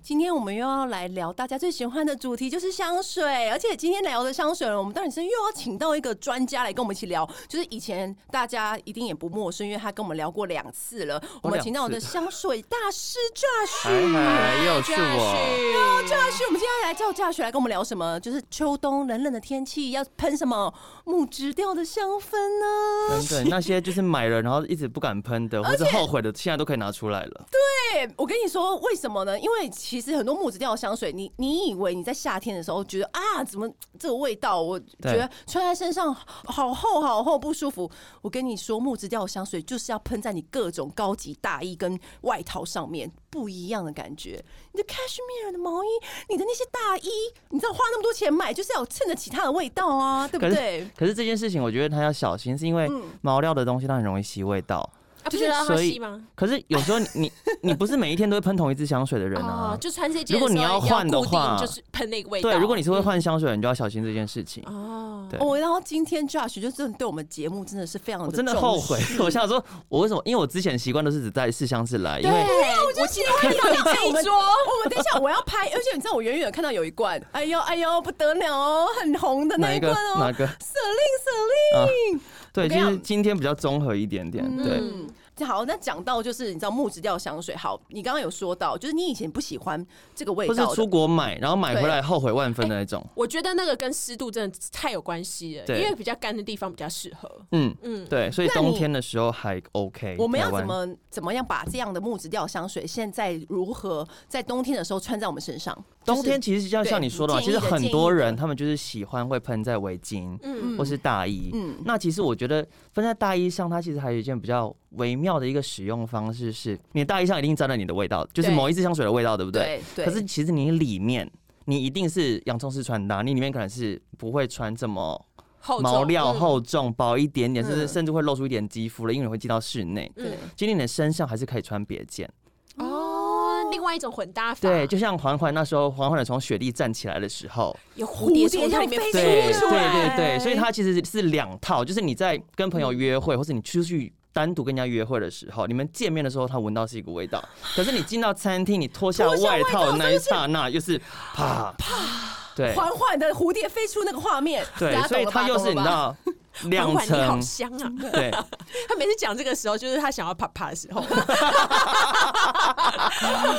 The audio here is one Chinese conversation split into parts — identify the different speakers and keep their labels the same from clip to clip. Speaker 1: 今天我们又要来聊大家最喜欢的主题，就是香水。而且今天聊的香水，我们当然是又要请到一个专家来跟我们一起聊。就是以前大家一定也不陌生，因为他跟我们聊过两次了。我们请到的香水大师 Josh，
Speaker 2: 嗨嗨，哎又是我。
Speaker 1: 哦 Josh，我们今天来叫 Josh 来跟我们聊什么？就是秋冬冷冷的天气要喷什么木质调的香氛呢？
Speaker 2: 等等，那些就是买了然后一直不敢喷的，或是后悔的，现在都可以拿出来了。
Speaker 1: 对，我跟你说为什么呢？因为其实很多木质调的香水，你你以为你在夏天的时候觉得啊，怎么这个味道？我觉得穿在身上好厚好厚不舒服。我跟你说，木质调的香水就是要喷在你各种高级大衣跟外套上面，不一样的感觉。你的 cashmere 的毛衣，你的那些大衣，你知道花那么多钱买，就是要衬得起它的味道啊，对不
Speaker 2: 可是
Speaker 1: 对？
Speaker 2: 可是这件事情，我觉得它要小心，是因为
Speaker 1: 嗯
Speaker 2: 毛料的东西它很容易吸味道。
Speaker 3: 啊，不是让他
Speaker 2: 所以
Speaker 3: 吸吗？
Speaker 2: 可是有时候你你你不是每一天都会喷同一支香水的人
Speaker 3: 哦
Speaker 2: 啊，。
Speaker 3: 就穿这件的时候，
Speaker 2: 如果你要换的话
Speaker 3: 要固定就是喷那个味道。
Speaker 2: 对，啊如果你是会换香水的人，你就要小心这件事情。
Speaker 3: 哦，
Speaker 2: 对
Speaker 1: 哦，然后今天 Josh 就真的对我们节目真的是非常
Speaker 2: 我
Speaker 1: 的
Speaker 2: 真的
Speaker 1: 重
Speaker 2: 后悔
Speaker 1: 视，
Speaker 2: 我想说，我为什么？因为我之前习惯都是只带试香自来，因为
Speaker 3: 哎对，我今天看到你这
Speaker 1: 我们哦
Speaker 3: 一桌，
Speaker 1: 我们等一下我要拍，而且你知道我远远地看到有一罐，哎呦哎呦不得了哦，很红的那
Speaker 2: 哪一
Speaker 1: 罐
Speaker 2: 个哪
Speaker 1: 哦，
Speaker 2: 个？
Speaker 1: 舍令舍令。
Speaker 2: 对，
Speaker 1: 我跟
Speaker 2: 其
Speaker 1: 你讲
Speaker 2: 实今天比较综合一点点。对，
Speaker 1: 嗯，好，那讲到就是你知道木质调香水，好，你刚刚有说到，就是你以前不喜欢这个味
Speaker 2: 或是
Speaker 1: 道
Speaker 2: 出
Speaker 1: 的，哎
Speaker 2: 国买，然后买回来后悔万分的那种。
Speaker 3: 我觉得那个跟湿度真的太有关系了，
Speaker 2: 对
Speaker 3: 因为比较干的地方比较适合。
Speaker 2: 嗯
Speaker 3: 嗯
Speaker 2: 嗯，对，所以
Speaker 1: 那
Speaker 2: 冬
Speaker 1: 你
Speaker 2: 天的时候还 OK。
Speaker 1: 我们要
Speaker 2: 台湾
Speaker 1: 怎么怎么样把这样的木质调香水，现在如何在冬天的时候穿在我们身上？
Speaker 2: 冬天其实就像
Speaker 1: 对
Speaker 2: 像你说的嘛，
Speaker 1: 你
Speaker 2: 其
Speaker 1: 建议
Speaker 2: 实
Speaker 1: 的
Speaker 2: 很
Speaker 1: 建
Speaker 2: 多
Speaker 1: 议的
Speaker 2: 人他们就是喜欢会喷在围巾
Speaker 3: 嗯，
Speaker 2: 或是大衣。
Speaker 1: 嗯
Speaker 2: 那其实我觉得喷在大衣上，它其实还有一件比较微妙的一个使用方式是，你的大衣上一定沾了你的味道，就是
Speaker 1: 对
Speaker 2: 某一支香水的味道，对不对？
Speaker 1: 对对，
Speaker 2: 可是其实你里面。你一定是洋葱式穿搭，你里面可能是不会穿这么
Speaker 3: 厚
Speaker 2: 毛
Speaker 3: 重
Speaker 2: 料
Speaker 3: 嗯
Speaker 2: 厚重、薄一点点，甚
Speaker 1: 嗯
Speaker 2: 至甚至会露出一点肌肤了，因为你会进到室内。
Speaker 1: 对
Speaker 2: 今天你的身上还是可以穿别件，
Speaker 3: 哦，另外一种混搭法，
Speaker 2: 对，就像缓缓那时候，缓缓的从雪地站起来的时候，
Speaker 3: 有蝴蝶从它里面
Speaker 1: 蝴蝶像飞
Speaker 3: 飞
Speaker 2: 对
Speaker 1: 出
Speaker 2: 对
Speaker 1: 来
Speaker 2: 对对，所以它其实是两套，就是你在跟朋友约会，或是你出去单独跟人家约会的时候，你们见面的时候，它闻到是一个味道，可是你进到餐厅，你脱下
Speaker 1: 脱下
Speaker 2: 外
Speaker 1: 外套
Speaker 2: 套的那一刹那，又是啪啪，对
Speaker 1: 缓缓的蝴蝶飞出那个画面，大
Speaker 2: 对，
Speaker 1: 家
Speaker 2: 所以
Speaker 1: 懂了吧
Speaker 2: 它又是你知，道两
Speaker 3: 缓缓你好
Speaker 2: 层，
Speaker 3: 香啊！
Speaker 2: 对，
Speaker 3: 他每次讲这个时候，就是他想要啪啪的时 候，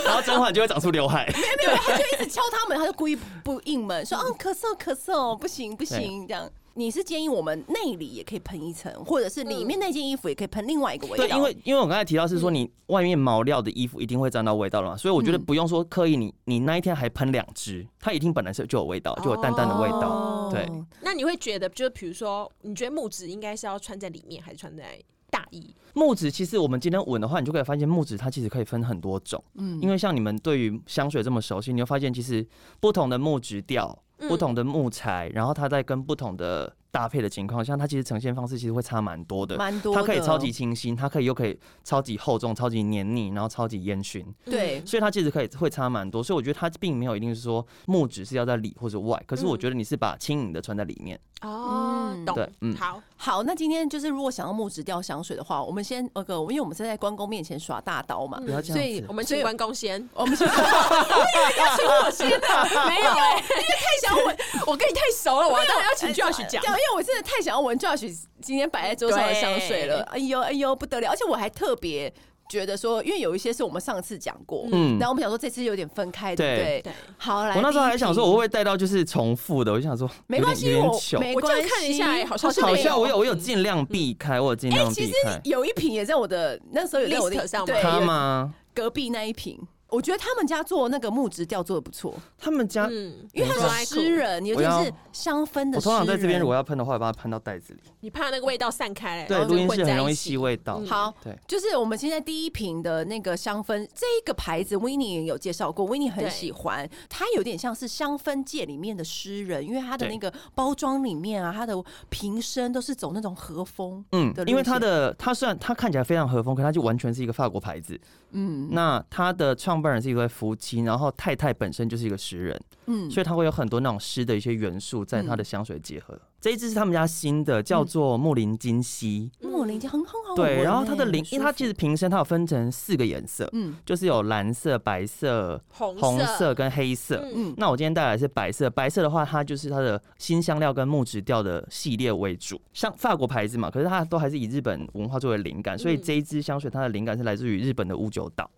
Speaker 2: 然后整晚就会长出刘海，
Speaker 1: 没有，他就一直 敲他们，他就故意不应门，说啊咳嗽咳嗽，不行不行这样。你是建议我们内里也可以喷一层，或者是里面那件衣服也可以喷另外一个味道？
Speaker 2: 对，因为因为我刚才提到是
Speaker 1: 嗯
Speaker 2: 说你外面毛料的衣服一定会沾到味道了嘛，所以我觉得不用说刻意你你那一天还喷两支，它一定本来是就有味道，
Speaker 1: 哦
Speaker 2: 就有淡淡的味道。
Speaker 3: 哦
Speaker 2: 对
Speaker 3: 那你会觉得，就是比如说，你觉得木质应该是要穿在里面，还是穿在大衣？
Speaker 2: 木质其实我们今天闻的话，你就可以发现木质它其实可以分很多种，嗯，因为像你们对于香水这么熟悉，你会发现其实不同的木质调、
Speaker 1: 嗯
Speaker 2: 不同的木材，然后它在跟不同的搭配的情况下，它其实呈现方式其实会差蛮多的。
Speaker 1: 蛮多的，
Speaker 2: 它可以超级清新，它可以又可以超级厚重、超级黏腻，然后超级烟熏。
Speaker 1: 对，
Speaker 2: 所以它其实可以会差蛮多，所以我觉得它并没有一定是说木质是要在里或者外，可是我觉得你是把轻盈的穿在里面，
Speaker 3: 哦，
Speaker 1: 嗯
Speaker 2: 对
Speaker 3: 懂，
Speaker 2: 嗯
Speaker 3: 好，
Speaker 1: 好，那今天就是如果想要木质调香水的话，我们先那个，因为我们是在关公面前耍大刀嘛，
Speaker 2: 不要这
Speaker 1: 所以
Speaker 3: 嗯
Speaker 2: 样
Speaker 3: 我
Speaker 2: 子。
Speaker 3: 们
Speaker 1: 所以
Speaker 3: 请关公先。
Speaker 1: 我 们是，我以为要请我先
Speaker 3: 啊
Speaker 1: 的，没有哎、
Speaker 3: 太想闻，我跟你太 熟了，我当然要请哎 Josh 讲
Speaker 1: 对，。因为我真的太想要闻 Josh 今天摆在桌上的香水了，哎呦哎呦不得了，而且我还特别。觉得说，因为有一些是我们上次讲过，嗯
Speaker 2: 嗯，
Speaker 1: 然后我们想说这次有点分开，对不对？
Speaker 3: 对对
Speaker 1: 好，来，
Speaker 2: 我那时候还想说，我
Speaker 1: 第一
Speaker 2: 会不会带到就是重复的？我就想说，
Speaker 1: 没
Speaker 2: 有
Speaker 1: 关
Speaker 2: 点
Speaker 1: 系，
Speaker 2: 有点
Speaker 1: 我
Speaker 2: 糗
Speaker 1: 没
Speaker 3: 我就
Speaker 1: 关系，
Speaker 3: 看一下哎好像是
Speaker 2: 好
Speaker 3: 没
Speaker 2: 像我
Speaker 3: 有
Speaker 2: 有我有尽量避开，我有尽量
Speaker 1: 哎其
Speaker 2: 避
Speaker 1: 实
Speaker 2: 开。
Speaker 1: 有一瓶也在我的那时候有在我的
Speaker 3: List 上吗
Speaker 1: 对，
Speaker 2: 他
Speaker 1: 有嗯
Speaker 2: 吗？
Speaker 1: 隔壁那一瓶，我觉得他们家做那个木质调做的不错，
Speaker 2: 他们家，
Speaker 3: 嗯，
Speaker 1: 因为他
Speaker 3: 我
Speaker 1: 是诗人，尤其
Speaker 2: 我要
Speaker 1: 是香氛的
Speaker 2: 我
Speaker 1: 诗
Speaker 2: 通
Speaker 1: 人。
Speaker 2: 常在这边如果要喷的话，我把它喷到袋子里。
Speaker 3: 你怕那个味道散开，然
Speaker 2: 对，
Speaker 3: 后
Speaker 2: 录
Speaker 3: 就
Speaker 2: 音
Speaker 3: 混
Speaker 2: 室
Speaker 3: 在
Speaker 2: 很容易
Speaker 3: 一
Speaker 2: 吸
Speaker 3: 起。
Speaker 2: 味道。
Speaker 1: 嗯好，
Speaker 2: 对
Speaker 1: 就是我们现在第一瓶的那个香氛，这一个牌子 w i n n i e 有介绍过 w i n n i e 很
Speaker 3: 对
Speaker 1: 喜欢，它有点像是香氛界里面的诗人，因为它的
Speaker 2: 对
Speaker 1: 那个包装里面啊，它的瓶身都是走那种和风，
Speaker 2: 嗯
Speaker 1: 的，路
Speaker 2: 因为它
Speaker 1: 线
Speaker 2: 的它虽然它看起来非常和风，可它就完全是一个法国牌子。嗯，那它的创创办人是一对夫妻，然后太太本身就是一个诗人，
Speaker 1: 嗯，
Speaker 2: 所以它会有很多那种诗的一些元素在它的香水结合。嗯这一支是他们家新的，叫做木林金溪。
Speaker 1: 木林很很好闻欸，
Speaker 2: 嗯对，然后它的
Speaker 1: 很
Speaker 2: 林，因为它
Speaker 1: 舒服
Speaker 2: 其实瓶身它有分成四个颜色，
Speaker 1: 嗯
Speaker 2: 就是有蓝色、白色、
Speaker 3: 红
Speaker 2: 红
Speaker 3: 色
Speaker 2: 色跟黑色。
Speaker 3: 嗯
Speaker 1: 嗯
Speaker 2: 那我今天带来的是白色，白色的话，它就是它的新香料跟木质调的系列为主，像法国牌子嘛，可是它都还是以日本文化作为灵感，所以
Speaker 3: 嗯
Speaker 2: 这一支香水它的灵感是来自于日本的乌九岛，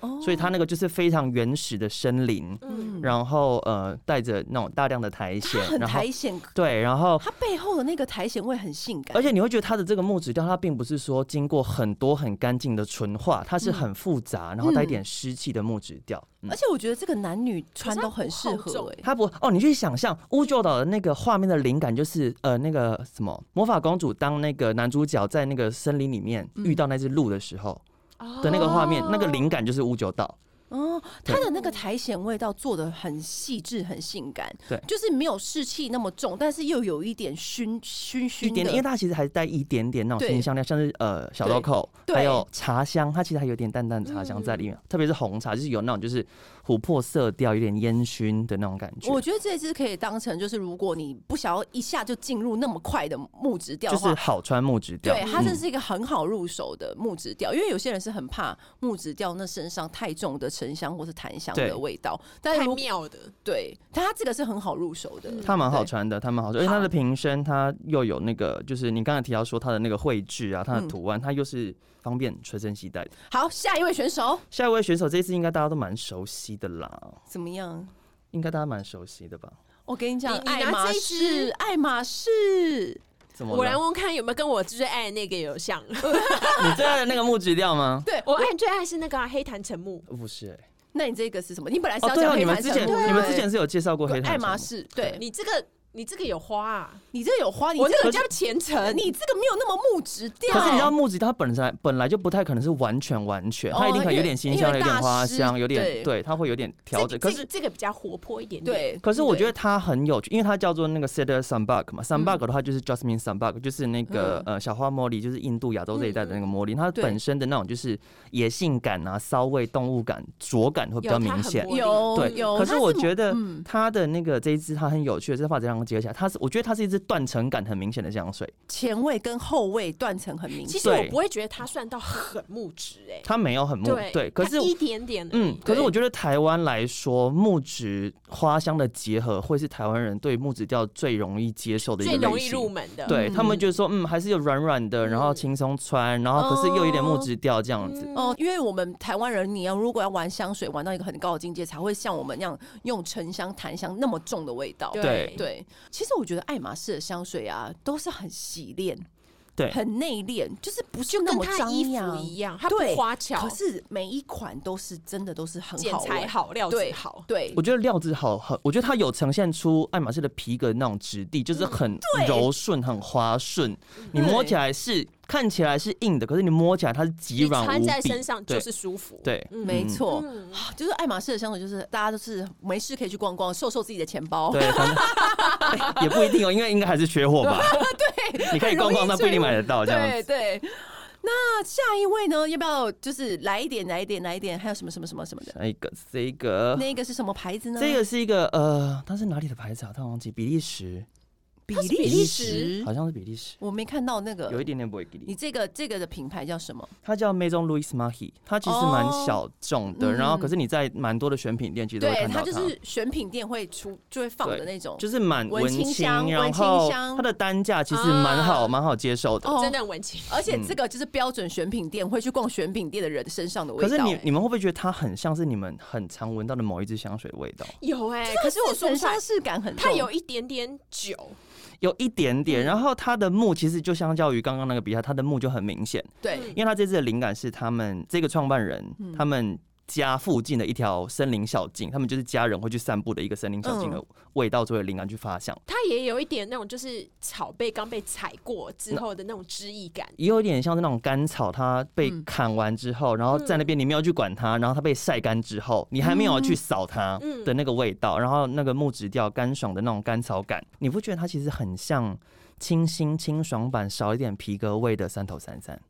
Speaker 1: 哦
Speaker 2: 呃所以它那个就是非常原始的森林，
Speaker 3: 嗯，
Speaker 2: 然后呃带着那种大量的苔
Speaker 1: 它
Speaker 2: 藓，
Speaker 1: 嗯很
Speaker 2: 然后
Speaker 1: 苔藓，
Speaker 2: 对，然后
Speaker 1: 它背后的那个苔藓味很性感，
Speaker 2: 而且你会觉得它的这个木质调，它并不是说经过很多很干净的纯化，它是很复杂，然后带一点湿气的木质调。嗯
Speaker 1: 嗯而且我觉得这个男女穿都很适
Speaker 3: 可是它不
Speaker 1: 合
Speaker 3: 厚
Speaker 1: 哎，
Speaker 2: 它不哦，你去想象乌九岛的那个画面的灵感，就是呃那个什么魔法公主当那个男主角在那个森林里面
Speaker 1: 嗯
Speaker 2: 遇到那只鹿的时候嗯的那个画面，那个灵感就是乌九岛。
Speaker 1: 哦，
Speaker 2: 对
Speaker 1: 它的那个苔藓味道做的很细致，很性感，
Speaker 2: 对
Speaker 1: 就是没有湿气那么重，但是又有一点熏熏
Speaker 2: 一
Speaker 1: 熏
Speaker 2: 点点，因为
Speaker 1: 的，
Speaker 2: 它其实还带一点点那种
Speaker 1: 对
Speaker 2: 新香料，像是呃小豆蔻，
Speaker 1: 对嗯
Speaker 2: 还有茶香，它其实还有点淡淡的茶香在里面，特别是红茶，就是有那种就是琥珀色调，有点烟熏的那种感觉。
Speaker 1: 我觉得这支可以当成就是，如果你不想要一下就进入那么快的木质调
Speaker 2: 就
Speaker 1: 的
Speaker 2: 是
Speaker 1: 话。
Speaker 2: 好穿木质调，
Speaker 1: 对，它这
Speaker 2: 嗯
Speaker 1: 是一个很好入手的木质调，因为有些人是很怕木质调那身上太重的沉香或是檀香
Speaker 2: 对
Speaker 1: 的味道，但
Speaker 3: 太
Speaker 1: 如
Speaker 3: 妙的，
Speaker 1: 对，但它这个是很好入手的，
Speaker 2: 它蛮好
Speaker 1: 对
Speaker 2: 穿的，它蛮好穿，而且它的瓶身它又有那个，就是你刚才提到说它的那个绘制啊，它的
Speaker 1: 嗯
Speaker 2: 图案，它又是方便随身携带的。
Speaker 1: 好，下一位选手
Speaker 2: 下一位选手这一次应该大家都蛮熟悉的啦，
Speaker 1: 怎么样？
Speaker 2: 应该大家蛮熟悉的吧？
Speaker 1: 我跟你讲，
Speaker 3: 你你
Speaker 1: 爱
Speaker 3: 拿
Speaker 1: 马
Speaker 3: 这一
Speaker 1: 仕
Speaker 3: 支，
Speaker 1: 爱马仕，
Speaker 2: 怎么
Speaker 3: 我来
Speaker 2: 了？
Speaker 3: 问问看有没有跟我最爱的那个有像。
Speaker 2: 你最爱的那个木质调吗？
Speaker 1: 对
Speaker 3: 我爱最爱是那个啊黑檀沉木，
Speaker 2: 不是、欸，
Speaker 1: 那你这个是什么？你本来是
Speaker 2: 哦
Speaker 1: 要
Speaker 2: 对
Speaker 1: 讲
Speaker 2: 哦，
Speaker 1: 黑
Speaker 2: 你们
Speaker 1: 檀
Speaker 2: 之
Speaker 1: 香
Speaker 2: 前
Speaker 1: 木
Speaker 2: 你们之前是有介绍过
Speaker 1: 对
Speaker 2: 黑檀
Speaker 1: 啊爱马
Speaker 2: 香木
Speaker 1: 仕，对
Speaker 3: 你这个你这个有花啊，
Speaker 1: 你这个有花，你
Speaker 3: 我
Speaker 1: 这
Speaker 3: 这
Speaker 1: 个
Speaker 3: 个叫虔诚，
Speaker 1: 你这个没有那么木质调。
Speaker 2: 可是你知道木质它本来本来就不太可能是完全完全，它一定可能有点新香，
Speaker 1: 哦哦因为
Speaker 2: 有点花
Speaker 1: 因
Speaker 2: 香，
Speaker 1: 为
Speaker 2: 有点
Speaker 1: 大师
Speaker 2: 对，它会有点
Speaker 3: 这
Speaker 2: 调整。可是
Speaker 3: 这这个比较活泼一点点，
Speaker 1: 对，
Speaker 2: 可是我觉得
Speaker 1: 对嗯
Speaker 2: 它很有趣，因为它叫做那个 Cedar Sunbug 嘛，Sunbug 的话就是 Jasmine Sunbug，就是那个、呃小花茉莉，就是印度亚洲这一带的那个茉莉，它
Speaker 1: 嗯对
Speaker 2: 本身的那种就是野性感啊、骚味、动物感、着感会比较
Speaker 3: 有它
Speaker 2: 明
Speaker 3: 很
Speaker 2: 显
Speaker 3: 不。我
Speaker 1: 有
Speaker 2: 对，
Speaker 1: 有，
Speaker 2: 可是
Speaker 1: 它
Speaker 2: 我觉得
Speaker 1: 嗯
Speaker 2: 它的那个这一支它很有趣的是，把这两个结合起来，它是我觉得它是一支断层感很明显的香水，
Speaker 1: 前卫跟后卫断层很明
Speaker 3: 其
Speaker 1: 显。
Speaker 3: 实我
Speaker 2: 对
Speaker 3: 不会觉得它算到很木质哎、
Speaker 2: 它没有很木
Speaker 3: 对
Speaker 2: 对，可是
Speaker 3: 它一点点而已，
Speaker 2: 嗯，可是
Speaker 1: 对
Speaker 2: 我觉得台湾来说，木质花香的结合会是台湾人对木质调最容易接受的一个
Speaker 3: 最
Speaker 2: 类型。
Speaker 3: 容易入门的，
Speaker 2: 对他们
Speaker 1: 嗯
Speaker 2: 就是说，嗯，还是有软软的，然后
Speaker 3: 嗯哦
Speaker 2: 轻松穿，然后可是又有一点木质调这样子。
Speaker 3: 嗯
Speaker 1: 哦，因为我们台湾人，你要如果要玩香水，玩到一个很高的境界，才会像我们那样用沉香、檀香那么重的味道。
Speaker 2: 对
Speaker 1: 对，其实我觉得爱马仕的香水啊，都是很洗练，
Speaker 2: 对
Speaker 1: 很内敛，就是不是
Speaker 3: 就
Speaker 1: 那
Speaker 3: 跟
Speaker 1: 么
Speaker 3: 他
Speaker 1: 张
Speaker 3: 衣服
Speaker 1: 扬。
Speaker 3: 一样，它不
Speaker 1: 对
Speaker 3: 花俏，
Speaker 1: 可是每一款都是真的都是很
Speaker 3: 剪
Speaker 1: 好
Speaker 2: 欸
Speaker 3: 裁
Speaker 1: 闻，
Speaker 3: 好，料子
Speaker 1: 对
Speaker 3: 好，
Speaker 1: 对
Speaker 2: 我，觉得料子好很，我觉得它有呈现出爱马仕的皮革那种质地，就是
Speaker 3: 嗯
Speaker 2: 很柔顺、很滑顺。你摸起来是看起来是硬的，可是你摸起来它是极
Speaker 3: 你
Speaker 2: 软无
Speaker 3: 穿
Speaker 2: 比。
Speaker 3: 在身上
Speaker 2: 对
Speaker 3: 就是舒服，
Speaker 2: 对，
Speaker 3: 嗯
Speaker 1: 没错。
Speaker 3: 嗯
Speaker 1: 啊就是爱马仕的香水，就是大家都是没事可以去逛逛，瘦瘦自己的钱包。
Speaker 2: 对，反正哎也不一定哦，因为应该还是缺 货吧。对，你可以逛
Speaker 1: 很容
Speaker 2: 逛，
Speaker 1: 易
Speaker 2: 但不一定买得到这样
Speaker 1: 对
Speaker 2: 子。
Speaker 1: 对。那下一位呢？要不要就是来一点，来一点，来一点？还有什么什么什么什么的？
Speaker 2: 下一个，这一个，
Speaker 1: 那个是什么牌子呢？
Speaker 2: 呃这个是一个呃，它是哪里的牌子啊？它忘记，比利时，
Speaker 1: 比
Speaker 3: 它是比
Speaker 1: 利
Speaker 3: 利
Speaker 1: 时
Speaker 3: 时，
Speaker 2: 好像是比利时，
Speaker 1: 我没看到那
Speaker 2: 有一
Speaker 1: 个。
Speaker 2: 点点不会给你
Speaker 1: 你。这个这个的品牌叫什么？
Speaker 2: 它叫 Maison Louis Mahi，它其实
Speaker 1: 哦
Speaker 2: 蛮小众的，
Speaker 1: 嗯
Speaker 2: 然后可是你在蛮多的选品店其实都会
Speaker 1: 对，
Speaker 2: 看到
Speaker 1: 它
Speaker 2: 它，
Speaker 1: 就是选品店会出就会放的那种。
Speaker 2: 就是蛮
Speaker 1: 文青
Speaker 2: 青，
Speaker 1: 香
Speaker 2: 然
Speaker 1: 文青
Speaker 2: 后
Speaker 1: 香
Speaker 2: 它的单价其实蛮好，
Speaker 3: 啊
Speaker 2: 蛮好接受的。
Speaker 1: 哦
Speaker 3: 真的很文青，
Speaker 1: 而
Speaker 2: 嗯
Speaker 1: 且这个就是标准选品店会去逛选品店的人身上的味
Speaker 2: 可
Speaker 1: 道。
Speaker 2: 是你
Speaker 1: 欸
Speaker 2: 你们会不会觉得它很像是你们很常闻到的某一支香水的味道？
Speaker 3: 有哎、可是我说不
Speaker 1: 沉
Speaker 3: 出来
Speaker 1: 香，是感很重，
Speaker 3: 它有一点点酒，
Speaker 2: 有一点点，然后它的木其实就相较于刚刚那个比较，它的木就很明显，
Speaker 1: 对
Speaker 3: 嗯
Speaker 2: 因为它这次的灵感是他们这个创办人他们。家附近的一条森林小径，他们就是家人会去散步的一个森林小径的味道作为灵感去发想。
Speaker 3: 它也有一点那种就是草被刚被踩过之后的那种枝意感，
Speaker 2: 也有点像是那种干草，它被
Speaker 1: 嗯
Speaker 2: 砍完之后，然后在那边你没有去管它，然后它被晒干之后，你还没有去扫它
Speaker 3: 嗯
Speaker 2: 的那个味道，然后那个木质调干爽的那种干草感，你不觉得它其实很像清新清爽版少一点皮革味的三头三三？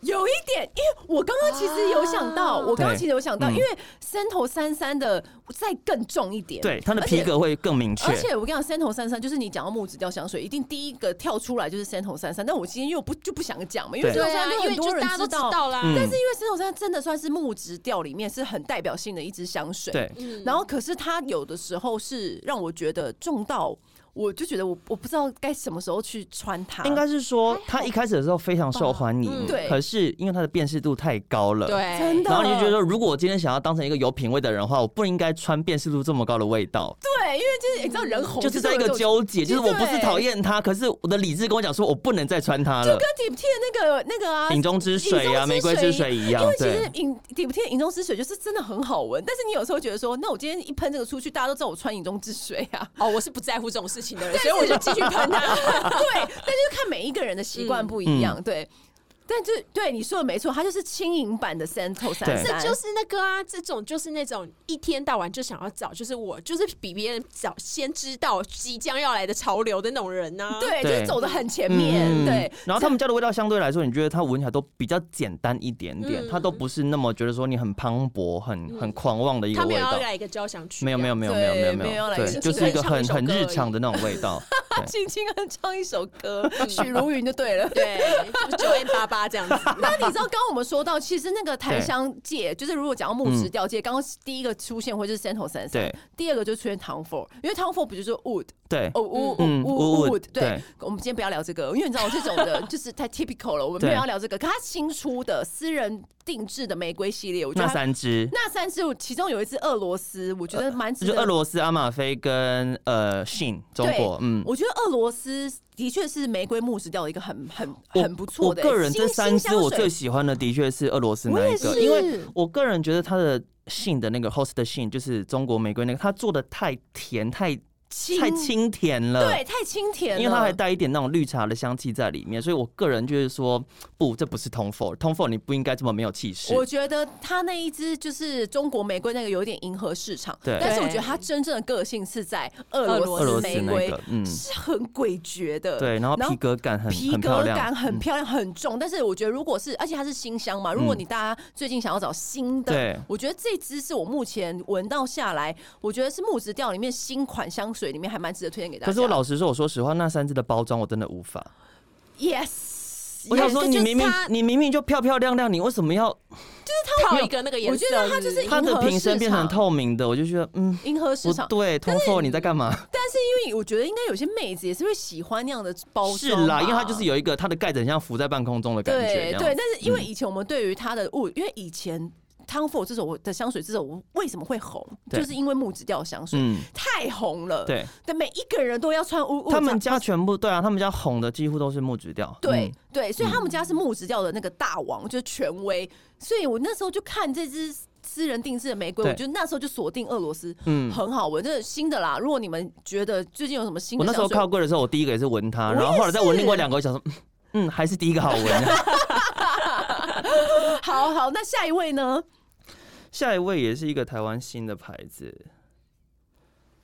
Speaker 1: 有一点，因为我刚刚其实有想到，
Speaker 3: 啊
Speaker 1: 我刚刚其实有想到，
Speaker 2: 对嗯
Speaker 1: 因为三头三三的再更重一点，
Speaker 2: 对，它的
Speaker 1: 而
Speaker 2: 皮
Speaker 1: 且
Speaker 2: 革会更明确
Speaker 1: 而。且我跟你讲，三头三三就是你讲到木质调香水，一定第一个跳出来就是三头三三。但我今天又不就不想讲嘛，因为
Speaker 2: 对
Speaker 1: 三头
Speaker 3: 对
Speaker 1: 三
Speaker 3: 啊，
Speaker 1: 三
Speaker 3: 因为
Speaker 1: 很
Speaker 3: 就
Speaker 1: 多人
Speaker 3: 大家都知
Speaker 1: 道，
Speaker 3: 道啦。
Speaker 1: 但
Speaker 2: 嗯
Speaker 1: 是因为三头三三真的算是木质调里面是很代表性的一支香水。
Speaker 2: 对，
Speaker 3: 嗯
Speaker 1: 然后可是它有的时候是让我觉得重到，我就觉得我我不知道该什么时候去穿它。
Speaker 2: 应该是说它一开始的时候非常受欢
Speaker 3: 还好
Speaker 2: 迎，
Speaker 1: 吧嗯
Speaker 2: 可是因为它的辨识度太高了，
Speaker 3: 对，
Speaker 1: 真的
Speaker 2: 然后你就觉得说，如果我今天想要当成一个有品味的人的话，我不应该穿辨识度这么高的味道，
Speaker 1: 对，因为就是你知道人红
Speaker 2: 就是在一个
Speaker 1: 有这种
Speaker 2: 纠结，
Speaker 1: 就
Speaker 2: 就是是我不是讨厌它，可是我的理智跟我讲说，我不能再穿它
Speaker 1: 就
Speaker 2: 了
Speaker 1: 跟。底贴那个那个啊。
Speaker 2: 饮中之水啊，
Speaker 1: 饮中之水
Speaker 2: 玫瑰之水一样
Speaker 1: 因为，其
Speaker 2: 对
Speaker 1: 实，饮底贴饮中之水就是真的很好闻，但是你有时候觉得说，那我今天一喷这个出去，大家都知道我穿饮中之水啊，
Speaker 3: 哦，我是不在乎这种事情的人，所以我就继续喷嗯他。
Speaker 1: 对，但就是看每一个人的习惯不一样，
Speaker 2: 嗯
Speaker 1: 对。但就对你说的没错，它就是轻盈版的三头三
Speaker 2: 对
Speaker 1: 三，
Speaker 3: 这就是那个啊，这种就是那种一天到晚就想要找，就是我就是比别人早先知道即将要来的潮流的那种人啊呢、
Speaker 1: 对，就
Speaker 2: 对嗯
Speaker 1: 是走的很前面，对。
Speaker 2: 然后他们家的味道相对来说，你觉得它闻起来都比较简单一点点，
Speaker 3: 嗯
Speaker 2: 它都不是那么觉得说你很磅礴、
Speaker 1: 嗯
Speaker 2: 很很狂妄的一个
Speaker 3: 他们
Speaker 2: 味
Speaker 3: 也要
Speaker 2: 道。
Speaker 3: 来一个交响曲，啊
Speaker 2: 没有没有没有没有没有
Speaker 1: 对没有来
Speaker 2: 对，
Speaker 1: 就是
Speaker 2: 就是一个
Speaker 3: 唱一
Speaker 2: 很
Speaker 3: 首
Speaker 2: 很
Speaker 3: 歌而
Speaker 2: 日
Speaker 3: 已
Speaker 2: 常的那种 味道。对
Speaker 1: 轻轻地唱一首歌，许茹芸就对了。
Speaker 3: 对，就是九 N 八八这样子。
Speaker 1: 那你知道，刚刚我们说到，其实那个檀香界，就是如果讲到木质调界，刚刚第一个出现会就是 Santo 三三
Speaker 2: 对，
Speaker 1: 第二个就出现 Tom Ford，因为 Tom Ford 不就是 Wood
Speaker 2: 对，
Speaker 1: 哦 Wood
Speaker 2: 嗯
Speaker 1: Wood Wood
Speaker 2: wood，
Speaker 1: 对
Speaker 2: 对。
Speaker 1: 我们今天不要聊这个，因为你知道我这种的就是太 typical 了，我们没有
Speaker 2: 对
Speaker 1: 要聊这个。可他新出的私人定制的玫瑰系列，我觉
Speaker 2: 那
Speaker 1: 得它
Speaker 2: 三只
Speaker 1: 那三支，其中有一支俄罗斯，我觉得蛮值
Speaker 2: 呃就是
Speaker 1: 得
Speaker 2: 俄罗斯、阿马菲跟呃信中
Speaker 1: 对
Speaker 2: 国，嗯，
Speaker 1: 我觉得俄罗斯的确是玫瑰木质调的一个很很
Speaker 2: 我
Speaker 1: 很不错的、
Speaker 2: 我个人这
Speaker 1: 新
Speaker 2: 三
Speaker 1: 新
Speaker 2: 支
Speaker 1: 香
Speaker 2: 我
Speaker 1: 水
Speaker 2: 最喜欢的的确是俄罗斯那一
Speaker 1: 我也
Speaker 2: 个，
Speaker 1: 是
Speaker 2: 因为我个人觉得它的信的那个 host 的信就是中国玫瑰那个，它做的太甜太
Speaker 1: 清
Speaker 2: 太清甜了，
Speaker 1: 对，太清甜了，
Speaker 2: 嗯因为它还带一点那种绿茶的香气在里面，所以我个人就是说，不，这不是 Tom Ford，Tom Ford 你不应该这么没有气势。
Speaker 1: 我觉得他那一支就是中国玫瑰那个有点迎合市场，
Speaker 2: 对
Speaker 1: 但是我
Speaker 3: 对
Speaker 1: 觉得他真正的个性是在俄
Speaker 3: 俄
Speaker 1: 罗
Speaker 3: 罗斯
Speaker 2: 俄罗斯
Speaker 1: 玫
Speaker 2: 那
Speaker 1: 瑰
Speaker 2: 个，嗯，
Speaker 1: 是很诡谲的，
Speaker 2: 对，然后皮革感很
Speaker 1: 皮
Speaker 2: 很漂
Speaker 1: 革
Speaker 2: 亮，
Speaker 1: 感很
Speaker 2: 嗯
Speaker 1: 漂亮，很重。但是我觉得，如果是，而且它是新香嘛，如果
Speaker 2: 嗯
Speaker 1: 你大家最近想要找新的
Speaker 2: 对，
Speaker 1: 我觉得这支是我目前闻到下来，我觉得是木质调里面新款香水里面还蛮值得推荐给大家。
Speaker 2: 可是我老实说，我说实话，那三只的包装我真的无法。
Speaker 1: yes，
Speaker 2: 我想说，
Speaker 3: 这
Speaker 2: 你
Speaker 3: 就是
Speaker 2: 明明
Speaker 3: 它
Speaker 2: 你明明就漂漂亮亮，你为什么要
Speaker 3: 套一个 那个颜色，
Speaker 1: 我觉得它就是
Speaker 2: 它的瓶身变成透明的？我就觉得，嗯，
Speaker 1: 迎合市
Speaker 2: 不
Speaker 1: 场，
Speaker 2: 对，Tom Ford 你在干嘛？
Speaker 1: 因为我觉得应该有些妹子也是会喜欢那样的包
Speaker 2: 是
Speaker 1: 装吧，
Speaker 2: 啦，因为它就是有一个它的盖子很像浮在半空中的感觉一
Speaker 1: 对
Speaker 2: 样。
Speaker 1: 对，但是因为
Speaker 2: 嗯
Speaker 1: 以前我们对于它的物，因为以前 Tom Ford 这种的香水这种为什么会红，
Speaker 2: 对
Speaker 1: 就是因为木质调香水。
Speaker 2: 嗯，
Speaker 1: 太红了，
Speaker 2: 对，
Speaker 1: 但每一个人都要穿乌乌。
Speaker 2: 他们家全部对啊，他们家红的几乎都是木质调。
Speaker 1: 对
Speaker 2: 嗯
Speaker 1: 对，所以他们家是木质调的那个大王，就是权威。所以我那时候就看这支私人定制的玫瑰，
Speaker 2: 对
Speaker 1: 我觉得那时候就锁定俄罗斯，
Speaker 2: 嗯
Speaker 1: 很好闻，这是新的啦。如果你们觉得最近有什么新
Speaker 2: 我
Speaker 1: 的
Speaker 2: 那
Speaker 1: 香
Speaker 2: 时
Speaker 1: 水，
Speaker 2: 候靠柜的时候，我第一个也是闻它，
Speaker 1: 我
Speaker 2: 然后后来再
Speaker 1: 也
Speaker 2: 闻
Speaker 1: 是
Speaker 2: 另外两个，我想说，嗯嗯，还是第一个好闻。啊
Speaker 1: 好好，那下一位呢？
Speaker 2: 下一位也是一个台湾新的牌子，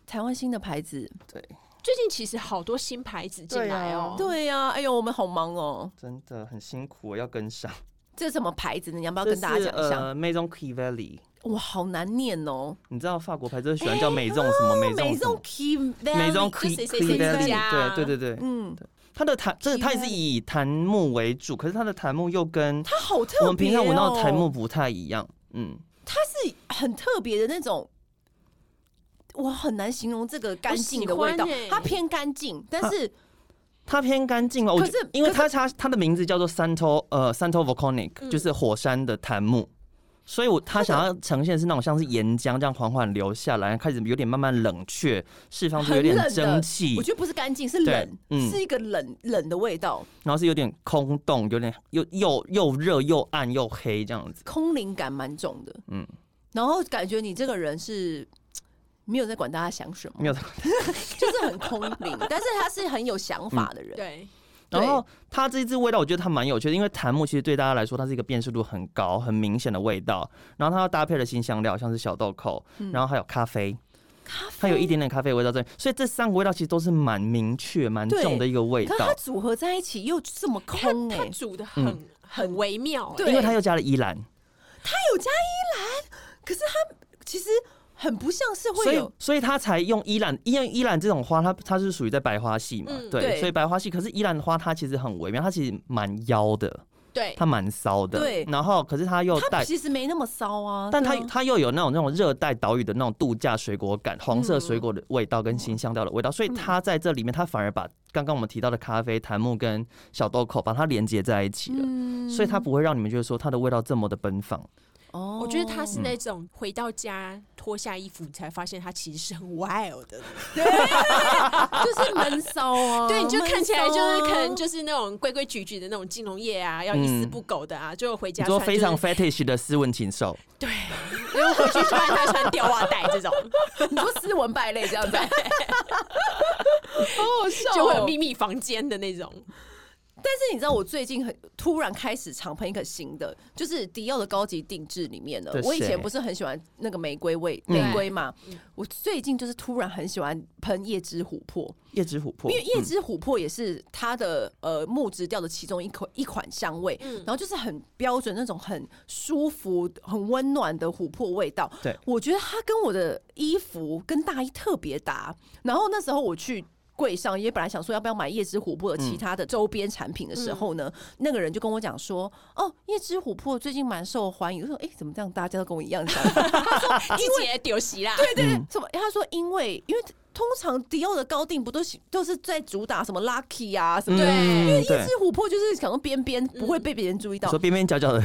Speaker 1: 台湾新的牌子，
Speaker 3: 最近其实好多新牌子进来哦。
Speaker 1: 对呀、哎呦，我们好忙哦。
Speaker 2: 真的很辛苦，我要跟上。
Speaker 1: 这是什么牌子呢？你要不哦要跟大家讲一
Speaker 2: 这是
Speaker 1: 下？
Speaker 2: 呃，Maison k i v a l i
Speaker 1: 哇，好难念哦。
Speaker 2: 你知道法国牌子喜欢叫美纵什么美
Speaker 1: 美啊
Speaker 2: 纵什
Speaker 1: 中
Speaker 2: 么
Speaker 1: Key
Speaker 2: 美
Speaker 1: Valley，
Speaker 2: 纵
Speaker 3: 就
Speaker 2: k
Speaker 3: 谁
Speaker 2: i
Speaker 3: 谁
Speaker 2: v
Speaker 3: 谁
Speaker 2: a l
Speaker 3: 谁
Speaker 2: i
Speaker 3: 家
Speaker 2: 对对对对，
Speaker 1: 嗯，
Speaker 2: 它的檀这个它也
Speaker 1: Kivali
Speaker 2: 是以檀木为主，可是它的檀木又跟
Speaker 1: 它好特别、哦。
Speaker 2: 我们平常闻到的檀木，不太一样。嗯，
Speaker 1: 它是很特别的那种。我很难形容这个干净的味道
Speaker 3: 我喜欢，欸
Speaker 1: 它偏干净，但是
Speaker 2: 它偏干净嘛，我
Speaker 1: 可
Speaker 2: 觉
Speaker 1: 是
Speaker 2: 因为
Speaker 1: 可
Speaker 2: 它它它的名字叫做 Santo 呃 Santo Volcanic，、
Speaker 3: 嗯
Speaker 2: 就是火山的檀木，所以我它想要呈现是那种像是岩浆这样缓缓流下来，开始有点慢慢冷却，释放出有点
Speaker 1: 很冷的
Speaker 2: 蒸汽
Speaker 1: 我，觉得不是干净，是
Speaker 2: 对
Speaker 1: 冷，
Speaker 2: 嗯
Speaker 1: 是一个冷冷的味道，
Speaker 2: 然后是有点空洞，有点又又又热又暗又黑这样子。
Speaker 1: 空灵感蛮重的。嗯
Speaker 2: 嗯，
Speaker 1: 然后感觉你这个人是没有在管大家想什么，
Speaker 2: 没有，
Speaker 1: 就是很空灵， 但是他是很有想法的人。
Speaker 3: 对，
Speaker 2: 然后它这一支味道，我觉得它蛮有趣的，因为檀木其实对大家来说，它是一个辨识度很高、很明显的味道。然后它又搭配了新香料，像是小豆蔻，然后还有咖啡，
Speaker 1: 嗯咖啡
Speaker 2: 它有一点点咖啡的味道在，所以这三个味道其实都是蛮明确、蛮重的一个味
Speaker 1: 可是
Speaker 2: 道
Speaker 1: 它。组合在一起又这么
Speaker 3: 它
Speaker 1: 空哎、
Speaker 3: 它煮的很很微妙、欸。
Speaker 1: 对
Speaker 2: 因为它又加了依兰，
Speaker 1: 它有加依兰，可是它其实很不像是
Speaker 2: 所
Speaker 1: 会
Speaker 2: 以
Speaker 1: 有
Speaker 2: 所以它才用依兰，因为依兰这种花它它是属于在白花系嘛，
Speaker 3: 嗯
Speaker 2: 对，
Speaker 1: 对
Speaker 2: 所以白花系可是依兰花它其实很微妙，它其实蛮妖的，
Speaker 3: 对，
Speaker 2: 它蛮骚的，
Speaker 1: 对
Speaker 2: 然后可是它又
Speaker 1: 它
Speaker 2: 哦带。
Speaker 1: 其实没那么骚啊，
Speaker 2: 但它
Speaker 1: 对啊
Speaker 2: 它又有那种那种热带岛屿的那种度假水果感，黄色水果的味道跟新香料的味道，所以它在这里面，它反而把刚刚我们提到的咖啡、檀木跟小豆蔻把它连接在一起了，所以它不会让你们觉得说它的味道这么的奔放。
Speaker 1: 哦
Speaker 3: 我觉得他是那种回到家脱下衣服，你才发现他其实是很 wild 的。
Speaker 1: 就是闷骚 啊，
Speaker 3: 对，你就看起来就是
Speaker 1: 闷骚啊
Speaker 3: 可能就是那种规规矩矩的那种金融业啊，要一丝不苟的啊，就回
Speaker 2: 嗯你
Speaker 3: 家
Speaker 2: 说
Speaker 3: 穿
Speaker 2: 非常
Speaker 3: 就是
Speaker 2: fetish 的斯文禽兽，
Speaker 3: 对，因为回去就看他穿吊袜带这 种，
Speaker 1: 你说斯文败类这 样子，好好笑
Speaker 3: 就会有
Speaker 1: 哦
Speaker 3: 秘密房间的那种。
Speaker 1: 但是你知道，我最近很突然开始常喷一个新的，就是迪奥的高级定制里面的
Speaker 2: 这。
Speaker 1: 我以
Speaker 2: 谁
Speaker 1: 前不是很喜欢那个玫瑰味，
Speaker 2: 嗯
Speaker 1: 玫瑰嘛
Speaker 3: 嗯。
Speaker 1: 我最近就是突然很喜欢喷叶之琥珀，
Speaker 2: 夜之琥珀，
Speaker 1: 因为叶
Speaker 2: 嗯
Speaker 1: 之琥珀也是它的呃木质调的其中一款一款香味，然后就是很标准那种很舒服、很温暖的琥珀味道。
Speaker 2: 对
Speaker 1: 我觉得它跟我的衣服跟大衣特别搭。然后那时候我去。柜上也本来想说要不要买叶之琥珀的
Speaker 2: 嗯
Speaker 1: 其他的周边产品的时候呢，那个人就跟我讲说：“哦，叶之琥珀最近蛮受欢迎。”我说：“哎、怎么这样？大家都跟我一样想法？”
Speaker 2: 啊
Speaker 3: 一节丢席啦，
Speaker 1: 对对
Speaker 2: 嗯
Speaker 1: 对，什么？他说因为因为通常迪奥的高定不都是都是在主打什么 lucky 啊什么的。因为
Speaker 2: 嗯
Speaker 1: 一
Speaker 2: 对
Speaker 1: 只，琥珀就是想说边边不会被别人注意到
Speaker 2: 你说，边边角角的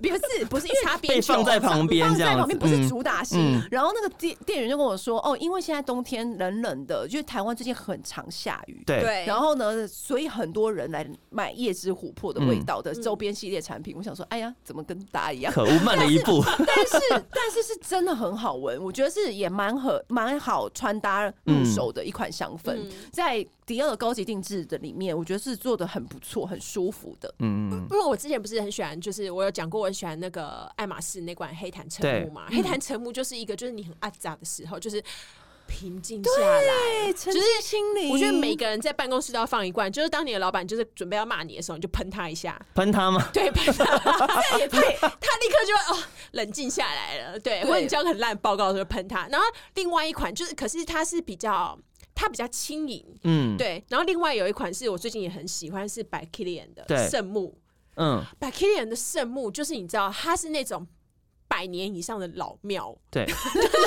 Speaker 1: 不是不是因为
Speaker 3: 擦边
Speaker 2: 被
Speaker 3: 球
Speaker 2: 放在旁边
Speaker 1: 放
Speaker 2: 这
Speaker 1: 在
Speaker 2: 样
Speaker 1: 旁
Speaker 2: 子
Speaker 1: 边，不是
Speaker 2: 嗯
Speaker 1: 主打型。
Speaker 2: 嗯
Speaker 1: 然后那个店店员就跟我说，哦，因为现在冬天冷冷的，因为台湾最近很常下雨，
Speaker 2: 对，嗯
Speaker 3: 对，
Speaker 1: 然后呢，所以很多人来买叶之琥珀的
Speaker 2: 嗯
Speaker 1: 味道的周边系列产品。我想说，哎呀，怎么跟大家一样？
Speaker 2: 可恶，慢了一步，
Speaker 1: 但是 但是是真的很好闻，我觉得是也蛮合蛮好穿搭入手的一款香氛，
Speaker 3: 嗯
Speaker 1: 在迪奥的高级定制的里面，我觉得是做的很不错，很舒服的。
Speaker 2: 嗯嗯，
Speaker 3: 因为我之前不是很喜欢，就是我有讲过，我喜欢那个爱马仕那款黑檀橙木嘛。黑檀橙木就是一个，就是你很阿杂的时候，就是平静下来。
Speaker 1: 对，沉
Speaker 3: 静
Speaker 1: 心灵
Speaker 3: 我觉得每个人在办公室都要放一罐，就是当你的老板就是准备要骂你的时候，你就喷他一下，
Speaker 2: 喷他吗？
Speaker 3: 对，喷他，他立刻就会哦冷静下来了。对，
Speaker 1: 对
Speaker 3: 或者你交个很烂的报告的时候喷他。然后另外一款就是，可是它是比较它比较轻盈，
Speaker 2: 嗯，
Speaker 3: 对。然后另外有一款是我最近也很喜欢，是白 Kilian
Speaker 2: 对
Speaker 3: 的圣木。
Speaker 2: 嗯，
Speaker 3: 百 k i l i a n 的圣墓，就是你知道，它是那种百年以上的老庙，
Speaker 2: 对，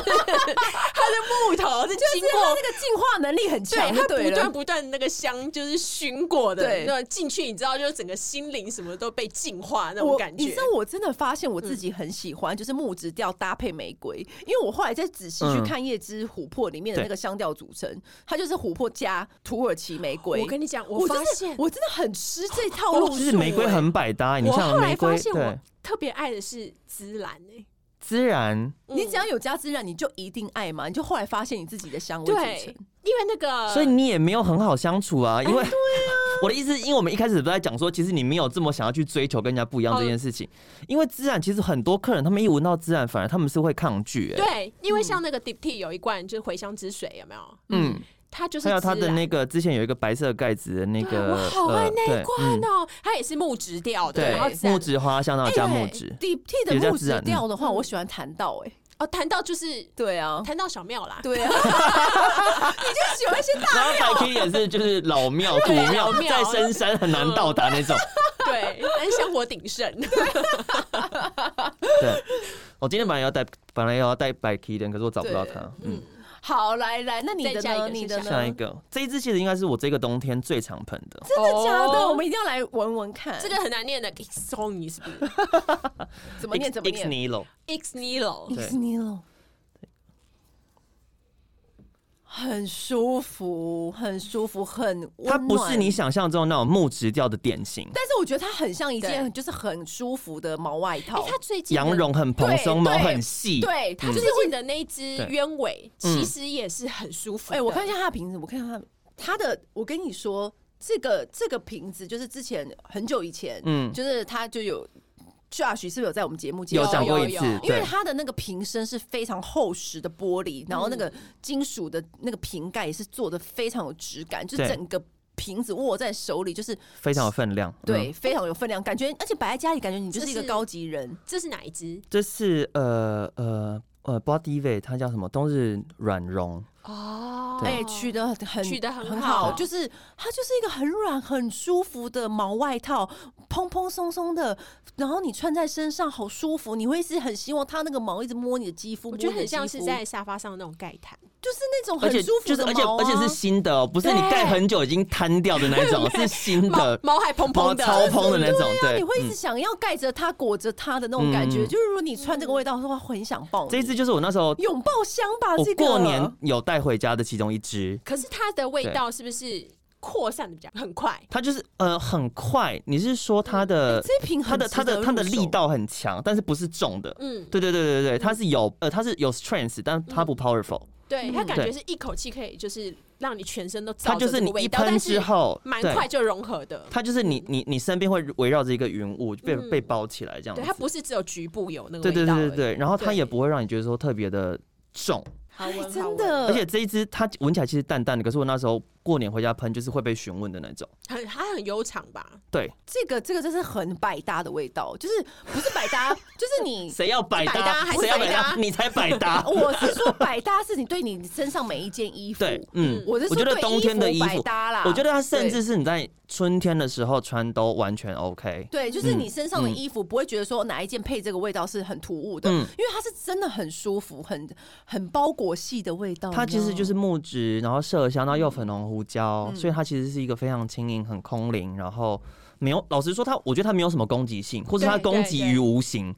Speaker 3: 它的木头是经
Speaker 1: 就是他那
Speaker 3: 过。
Speaker 1: 个进化能力很
Speaker 3: 对
Speaker 1: 强，就
Speaker 3: 它不
Speaker 1: 对
Speaker 3: 断
Speaker 1: 了。
Speaker 3: 不断那个香就是熏过的，
Speaker 1: 对
Speaker 3: 那进去你知道，就是整个心灵什么都被净化那种
Speaker 1: 我
Speaker 3: 感
Speaker 1: 你
Speaker 3: 觉嗯
Speaker 1: 知。道我真的发现我自己很喜欢，就是木质调搭配玫瑰，因为我后来再仔细去
Speaker 2: 嗯
Speaker 1: 看叶之琥珀里面的
Speaker 2: 对
Speaker 1: 那个香调组成，它就是琥珀加土耳其玫瑰。
Speaker 3: 我跟你讲，
Speaker 1: 我
Speaker 3: 发
Speaker 1: 真的
Speaker 3: 现哦
Speaker 1: 我真的很吃这套路数、
Speaker 2: 其实玫瑰
Speaker 1: 哎
Speaker 2: 很百搭，你
Speaker 3: 我
Speaker 2: 像
Speaker 3: 后
Speaker 2: 玫
Speaker 3: 来发
Speaker 2: 瑰，
Speaker 3: 现
Speaker 2: 对
Speaker 3: 我，特别爱的是欸孜然诶、
Speaker 2: 孜然，
Speaker 1: 你
Speaker 3: 嗯
Speaker 1: 只要有加孜然，你就一定爱嘛？你就后来发现你自己的香味组
Speaker 3: 对
Speaker 1: 成，，
Speaker 3: 因为那个
Speaker 2: 所以你也没有很好相处
Speaker 3: 哎
Speaker 2: 啊，因为。 我的意思是，因为我们一开始都在讲说，其实你没有这么想要去追求跟人家不一样这件事情，因为孜然其实很多客人他们一闻到孜然，反而他们是会抗拒、欸，
Speaker 3: 对，因为像那个 Deep Tea 有一罐就是茴香之水，有没有？
Speaker 2: 嗯，
Speaker 3: 它就是
Speaker 2: 还有它
Speaker 3: 孜
Speaker 2: 的
Speaker 3: 然
Speaker 2: 那个之前有一个白色盖子的那
Speaker 3: 对啊
Speaker 2: 个，
Speaker 3: 我好爱那
Speaker 2: 呃
Speaker 3: 一罐
Speaker 2: 对嗯
Speaker 3: 哦、它也是木质调的，然后
Speaker 2: 对，木质花香，然后加木质，
Speaker 1: 底 T 的
Speaker 2: 有加
Speaker 1: 木
Speaker 2: 孜
Speaker 1: 质
Speaker 2: 然
Speaker 1: 调的话，
Speaker 3: 嗯
Speaker 1: 我喜欢谈到哎、
Speaker 3: 哦，谈到就是
Speaker 1: 对啊，
Speaker 3: 谈到小庙啦，
Speaker 1: 对啊，你就喜欢一些大
Speaker 2: 然后白 K 也是就是 老庙古庙
Speaker 3: 哎老，庙
Speaker 2: 在深山很难到达 那种。
Speaker 3: 对，但是香火鼎 盛，
Speaker 2: 对，我今天本来要带，本来要带白 K 的，可是我找不到
Speaker 1: 对
Speaker 2: 它。嗯，
Speaker 1: 好来来，那你的
Speaker 3: 再加一
Speaker 1: 呢？
Speaker 3: 个
Speaker 1: 你的
Speaker 3: 是
Speaker 1: 呢？
Speaker 2: 下一个这一支其实应该是我这个冬天最常喷的，
Speaker 1: 真的假的？
Speaker 3: 哦
Speaker 1: 我们一定要来闻闻看，
Speaker 3: 这个很难念的 x o n i 是不是
Speaker 1: 怎么念怎么念？
Speaker 2: 尼龙，
Speaker 3: x n i l o
Speaker 2: 对
Speaker 1: 迪士尼了。很舒服，很舒服，很温
Speaker 2: 它不是
Speaker 1: 暖
Speaker 2: 你想象中那种木质调的典型，
Speaker 1: 但是我觉得它很像一件
Speaker 3: 对
Speaker 1: 就是很舒服的毛外套。
Speaker 3: 哎，它最近的
Speaker 2: 羊绒很蓬
Speaker 1: 对
Speaker 2: 松，毛
Speaker 1: 对
Speaker 2: 很细，嗯
Speaker 1: 对，它
Speaker 3: 它
Speaker 1: 就是
Speaker 3: 最近的那一只
Speaker 2: 对
Speaker 3: 鸢尾，
Speaker 2: 嗯
Speaker 3: 其实也是很舒服的。
Speaker 1: 哎、我看一下它的瓶子，我看一下它的它的，我跟你说，这个这个瓶子就是之前很久以前，
Speaker 2: 嗯，
Speaker 1: 就是它就有 Josh 是不是有在我们节目介
Speaker 2: 有
Speaker 1: 绍
Speaker 2: 讲过一
Speaker 3: 有
Speaker 2: 次
Speaker 3: 有，
Speaker 1: 因为
Speaker 2: 对，
Speaker 1: 它的那个瓶身是非常厚实的
Speaker 2: 嗯
Speaker 1: 玻璃，然后那个金属的那个瓶盖也是做的非常有质感，就
Speaker 2: 对
Speaker 1: 整个瓶子握在手里，就是
Speaker 2: 非常有分量。
Speaker 1: 对，
Speaker 2: 嗯
Speaker 1: 非常有分量，感觉而且摆在家里，感觉你就是一个
Speaker 3: 这是
Speaker 1: 高级人。
Speaker 3: 这是哪一支？
Speaker 2: 这是呃呃呃 Body v 它叫什么？冬日软绒，
Speaker 3: 哦
Speaker 1: 哎、取得很
Speaker 3: 取得很
Speaker 1: 很
Speaker 3: 好
Speaker 1: 就是它就是一个很软、很舒服的毛外套，蓬蓬松松的，然后你穿在身上好舒服，你会是很希望它那个毛一直摸你的肌肤，
Speaker 3: 我觉
Speaker 1: 摸
Speaker 3: 得
Speaker 1: 你
Speaker 3: 很
Speaker 1: 的
Speaker 3: 像
Speaker 1: 肌
Speaker 3: 是
Speaker 1: 肤
Speaker 3: 在沙发上那种盖毯，
Speaker 1: 就是那种
Speaker 2: 而
Speaker 1: 很
Speaker 2: 且
Speaker 1: 舒服
Speaker 2: 就是
Speaker 1: 的毛、啊
Speaker 2: 而且而且是新的哦，不是你
Speaker 3: 对
Speaker 2: 盖很久已经摊掉的那一 种，是新
Speaker 3: 毛
Speaker 2: 的，
Speaker 3: 毛还蓬
Speaker 2: 毛
Speaker 3: 蓬的，
Speaker 2: 超蓬的那种，
Speaker 1: 你
Speaker 2: 对。
Speaker 1: 会一直想要盖着它、裹着它的那种感觉，
Speaker 2: 嗯
Speaker 1: 就是如果你穿这个味道的话，会很想抱你。
Speaker 2: 这一支就是我那时候
Speaker 1: 拥抱香吧，
Speaker 2: 我
Speaker 1: 这个
Speaker 2: 过年有带回家的其中一支，
Speaker 3: 可是它的味道是不是扩散的比较很快？
Speaker 2: 它就是呃很快，你是说它的
Speaker 1: 哎这瓶
Speaker 2: 它
Speaker 1: 很
Speaker 2: 的
Speaker 1: 值
Speaker 2: 它
Speaker 1: 得
Speaker 2: 的它的
Speaker 1: 入
Speaker 2: 力
Speaker 1: 手，
Speaker 2: 道很强，但是不是重的。
Speaker 3: 嗯，
Speaker 2: 对对对对对，它是有呃它是有 strength，但它不 powerful，
Speaker 3: 对，
Speaker 1: 嗯
Speaker 3: 它感觉
Speaker 2: 对
Speaker 3: 是一口气可以就是让你全身都
Speaker 2: 它
Speaker 3: 照
Speaker 2: 就
Speaker 3: 着
Speaker 2: 是
Speaker 3: 这个
Speaker 2: 你
Speaker 3: 味
Speaker 2: 一
Speaker 3: 道，
Speaker 2: 喷
Speaker 3: 但
Speaker 2: 之
Speaker 3: 是
Speaker 2: 后，
Speaker 3: 蛮
Speaker 2: 对
Speaker 3: 快就融合的。
Speaker 2: 它就是你你你身边会围绕着一个云雾被、
Speaker 3: 嗯
Speaker 2: 被包起来这样子
Speaker 3: 对，它。不是只有局部有那个
Speaker 2: 对对
Speaker 3: 味道
Speaker 2: 对
Speaker 3: 而已，
Speaker 2: 对对，然后它
Speaker 3: 对
Speaker 2: 也不会让你觉得说特别的重，
Speaker 3: 好闻，好
Speaker 1: 哎真
Speaker 3: 闻
Speaker 1: 的，
Speaker 2: 而且这一支它闻起来其实淡淡的，可是我那时候过年回家喷就是会被询问的那种。
Speaker 3: 很它很悠长吧？
Speaker 2: 对，
Speaker 1: 这个这个真是很百搭的味道，就是不是百搭，就是你。
Speaker 2: 谁要百
Speaker 3: 嗯百搭还是
Speaker 2: 谁要
Speaker 3: 百
Speaker 2: 百
Speaker 3: 搭
Speaker 2: 搭？你才百搭。
Speaker 1: 啊我是说百搭是你对你身上每一件衣服，
Speaker 3: 哦
Speaker 2: 对，嗯，
Speaker 1: 我是
Speaker 2: 我
Speaker 1: 说
Speaker 2: 觉得
Speaker 1: 对
Speaker 2: 冬天的衣
Speaker 1: 百
Speaker 2: 服，
Speaker 1: 搭啦，
Speaker 2: 我觉得它甚
Speaker 1: 对
Speaker 2: 至是你在春天的时候穿都完全 OK。
Speaker 1: 对，就是你身上的
Speaker 2: 嗯
Speaker 1: 衣服不会觉得说哪一件配这个味道是很突兀的，
Speaker 2: 嗯
Speaker 1: 因为它是真的很舒服，很很包裹系的味道。
Speaker 2: 它其实就是木质，然后麝香，然啊后又粉红胡椒，
Speaker 1: 嗯
Speaker 2: 所以它其实是一个非常轻盈、很空灵，然后没有，老实说它，我觉得它没有什么攻击性，或者它
Speaker 3: 对对
Speaker 2: 攻击于无形。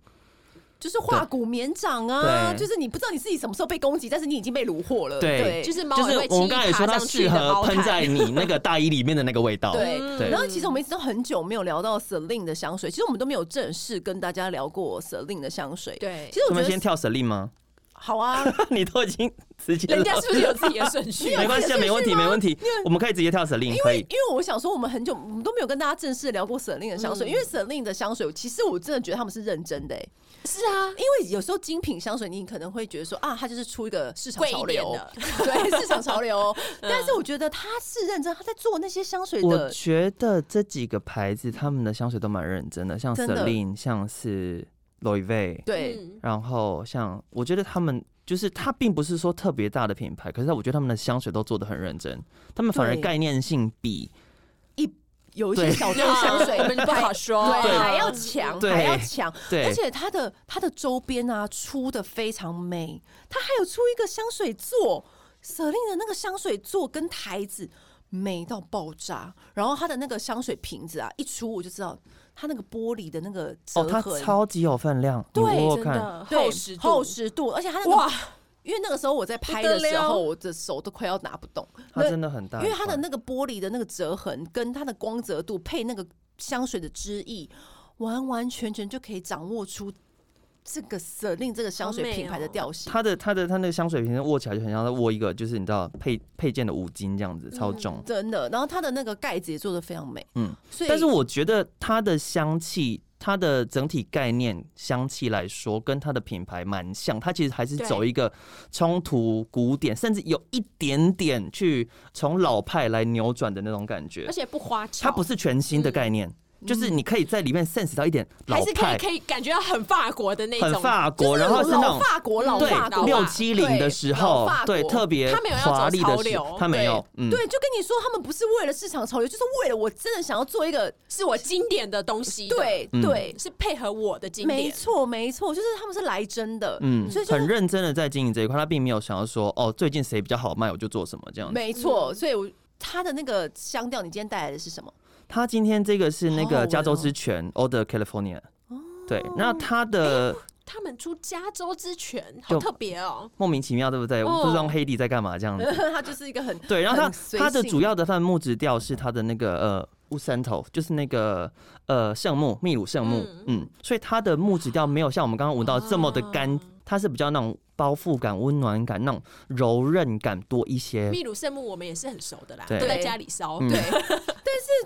Speaker 1: 就是化骨绵掌啊，
Speaker 2: 对
Speaker 1: 就是你不知道你自己什么时候被攻击，但是你已经被虏获了。
Speaker 2: 对
Speaker 1: 对，
Speaker 3: 就是猫
Speaker 2: 就
Speaker 3: 也
Speaker 2: 是
Speaker 3: 会
Speaker 2: 我
Speaker 3: 轻
Speaker 2: 们
Speaker 3: 易
Speaker 2: 刚才
Speaker 3: 爬
Speaker 2: 说它
Speaker 3: 上去
Speaker 2: 适
Speaker 3: 的
Speaker 2: 合
Speaker 3: 猫
Speaker 2: 喷
Speaker 3: 毯
Speaker 2: 在你那个大衣里面的那个味道。
Speaker 3: 嗯
Speaker 1: 对
Speaker 2: 对
Speaker 1: 然后其实我们一直都很久没有聊到 Celine 的香水，其实我们都没有正式跟大家聊过 Celine 的香水。，
Speaker 3: 对
Speaker 1: 其，实
Speaker 2: 我
Speaker 1: 我觉
Speaker 2: 们先
Speaker 1: 得
Speaker 2: 跳 Celine 吗？
Speaker 1: 好啊，
Speaker 2: 你都已经直接
Speaker 3: 人家
Speaker 2: 了
Speaker 3: 是不是有自己的顺 序？
Speaker 2: 没关系啊，没问题，没问题，我们可以直接跳 Celine，可以。
Speaker 1: 因为我想说，我们很久我们都没有跟大家正式聊过 Celine 的香水，
Speaker 3: 嗯
Speaker 1: 因为 Celine 的香水，其实我真的觉得他们是认真的、欸，
Speaker 3: 是啊，
Speaker 1: 因为有时候精品香水，你可能会觉得说啊，它就是出一个市场
Speaker 3: 贵一
Speaker 1: 潮
Speaker 3: 点
Speaker 1: 流，
Speaker 3: 的，
Speaker 1: 对市场潮流，但是我觉得他是认真，他在做那些香水
Speaker 2: 我
Speaker 1: 的。
Speaker 2: 觉得这几个牌子他们的香水都蛮认真的，像
Speaker 1: 真的
Speaker 2: Celine，像是 Louis V，
Speaker 1: 对，
Speaker 3: 嗯
Speaker 2: 然后像我觉得他们就是它并不是说特别大的品牌，可是我觉得他们的香水都做的很认真，他们反而
Speaker 1: 对
Speaker 2: 概念性比
Speaker 1: 有一些
Speaker 2: 对
Speaker 1: 小众
Speaker 3: 那
Speaker 1: 香
Speaker 3: 香
Speaker 1: 水
Speaker 3: 水，我们不好说，
Speaker 1: 对，
Speaker 2: 对嗯
Speaker 1: 还要强，
Speaker 2: 对
Speaker 1: 还要强，
Speaker 2: 对，
Speaker 1: 而且它的它的周边啊出的非常美，它还有出一个香水座，舍令的那个香水座跟台子美到爆炸，然后它的那个香水瓶子啊一出我就知道它那个玻璃的那个折
Speaker 2: 哦，它
Speaker 1: 痕，
Speaker 2: 超级有分量，你
Speaker 1: 对
Speaker 2: 握握
Speaker 3: 真
Speaker 2: 看，
Speaker 3: 的
Speaker 1: 对
Speaker 3: 厚实度
Speaker 1: 厚实度，而且它那个
Speaker 3: 哇，
Speaker 1: 因为那个时候我在拍的时
Speaker 3: 不得了
Speaker 1: 候，我的手都快要拿不动，
Speaker 2: 它
Speaker 1: 那
Speaker 2: 真的很大一
Speaker 1: 因
Speaker 2: 罐，
Speaker 1: 为它的那个玻璃的那个折痕跟它的光泽度配那个香水的汁液，完完全全就可以掌握出这个 c 令这个香
Speaker 3: 好
Speaker 1: 水
Speaker 3: 美
Speaker 1: 品牌的
Speaker 3: 哦
Speaker 1: 调性。
Speaker 2: 它的它的它那个香水瓶握起来就很像在握一个，就是你知道配配件的五金这样子，
Speaker 1: 嗯
Speaker 2: 超重。
Speaker 1: 真的，然后它的那个盖子也做的非常美，嗯
Speaker 2: 哦嗯，
Speaker 1: 所以
Speaker 2: 但是我觉得它的香气，它的整体概念香气来说，跟它的品牌蛮像。它其实还是
Speaker 3: 对
Speaker 2: 走一个冲突古典，甚至有一点点去从老派来扭转的那种感觉
Speaker 3: 而。且不花俏，
Speaker 2: 它不是全新的概念，就是你可以在里面 sense 到一点
Speaker 3: 还是
Speaker 2: 老
Speaker 3: 可以
Speaker 2: 派、
Speaker 3: 可以感觉到很法国的那
Speaker 2: 很
Speaker 3: 种，
Speaker 2: 法国，然后是那
Speaker 1: 老
Speaker 2: 种。嗯
Speaker 1: 法国老
Speaker 2: 对
Speaker 1: 法国，啊
Speaker 2: 六七零的时
Speaker 1: 老
Speaker 2: 候
Speaker 1: 法，
Speaker 2: 对
Speaker 1: 国
Speaker 2: 特别
Speaker 3: 它没有要走
Speaker 2: 华丽
Speaker 3: 潮
Speaker 2: 的时
Speaker 3: 流，
Speaker 2: 它没有，嗯，
Speaker 1: 对，就跟你说，他们不是为了市场潮流，就是为了我真的想要做一个
Speaker 3: 是我经典的东西的，
Speaker 1: 对
Speaker 2: 嗯
Speaker 1: 对，
Speaker 3: 是配合我的经
Speaker 1: 没
Speaker 3: 典，
Speaker 1: 错没错，就是他们是来真的，
Speaker 2: 嗯
Speaker 1: 所以，就
Speaker 2: 很认真的在经营这一块，他并没有想要说哦，最近谁比较好卖我就做什么这样子。
Speaker 1: 没错，所以我它的那个香调，你今天带来的是什么？
Speaker 2: 他今天这个是那
Speaker 1: 好好
Speaker 2: 个
Speaker 1: 闻
Speaker 2: 加州
Speaker 1: 哦
Speaker 2: 之泉 o l d e r California）。对，那它的
Speaker 3: 他们出加州之泉，好
Speaker 2: 就
Speaker 3: 特别哦，
Speaker 2: 莫名其妙，对不对？我不知道黑迪在干嘛这 样子。
Speaker 1: 它就是一个很
Speaker 2: 对，然后
Speaker 1: 哦很
Speaker 2: 它
Speaker 1: 随
Speaker 2: 它的
Speaker 1: 性
Speaker 2: 主要的泛木质调是它的那个呃乌山头，就是那个呃圣木秘鲁圣木，嗯所以它的木质调没有像我们刚刚闻到这么的干
Speaker 3: 啊，
Speaker 2: 它是比较那种包覆感、温暖感、那种柔韧感多一些。
Speaker 3: 秘鲁圣木我们也是很熟的啦，
Speaker 2: 对
Speaker 3: 都在家里烧，
Speaker 2: 嗯
Speaker 3: 对，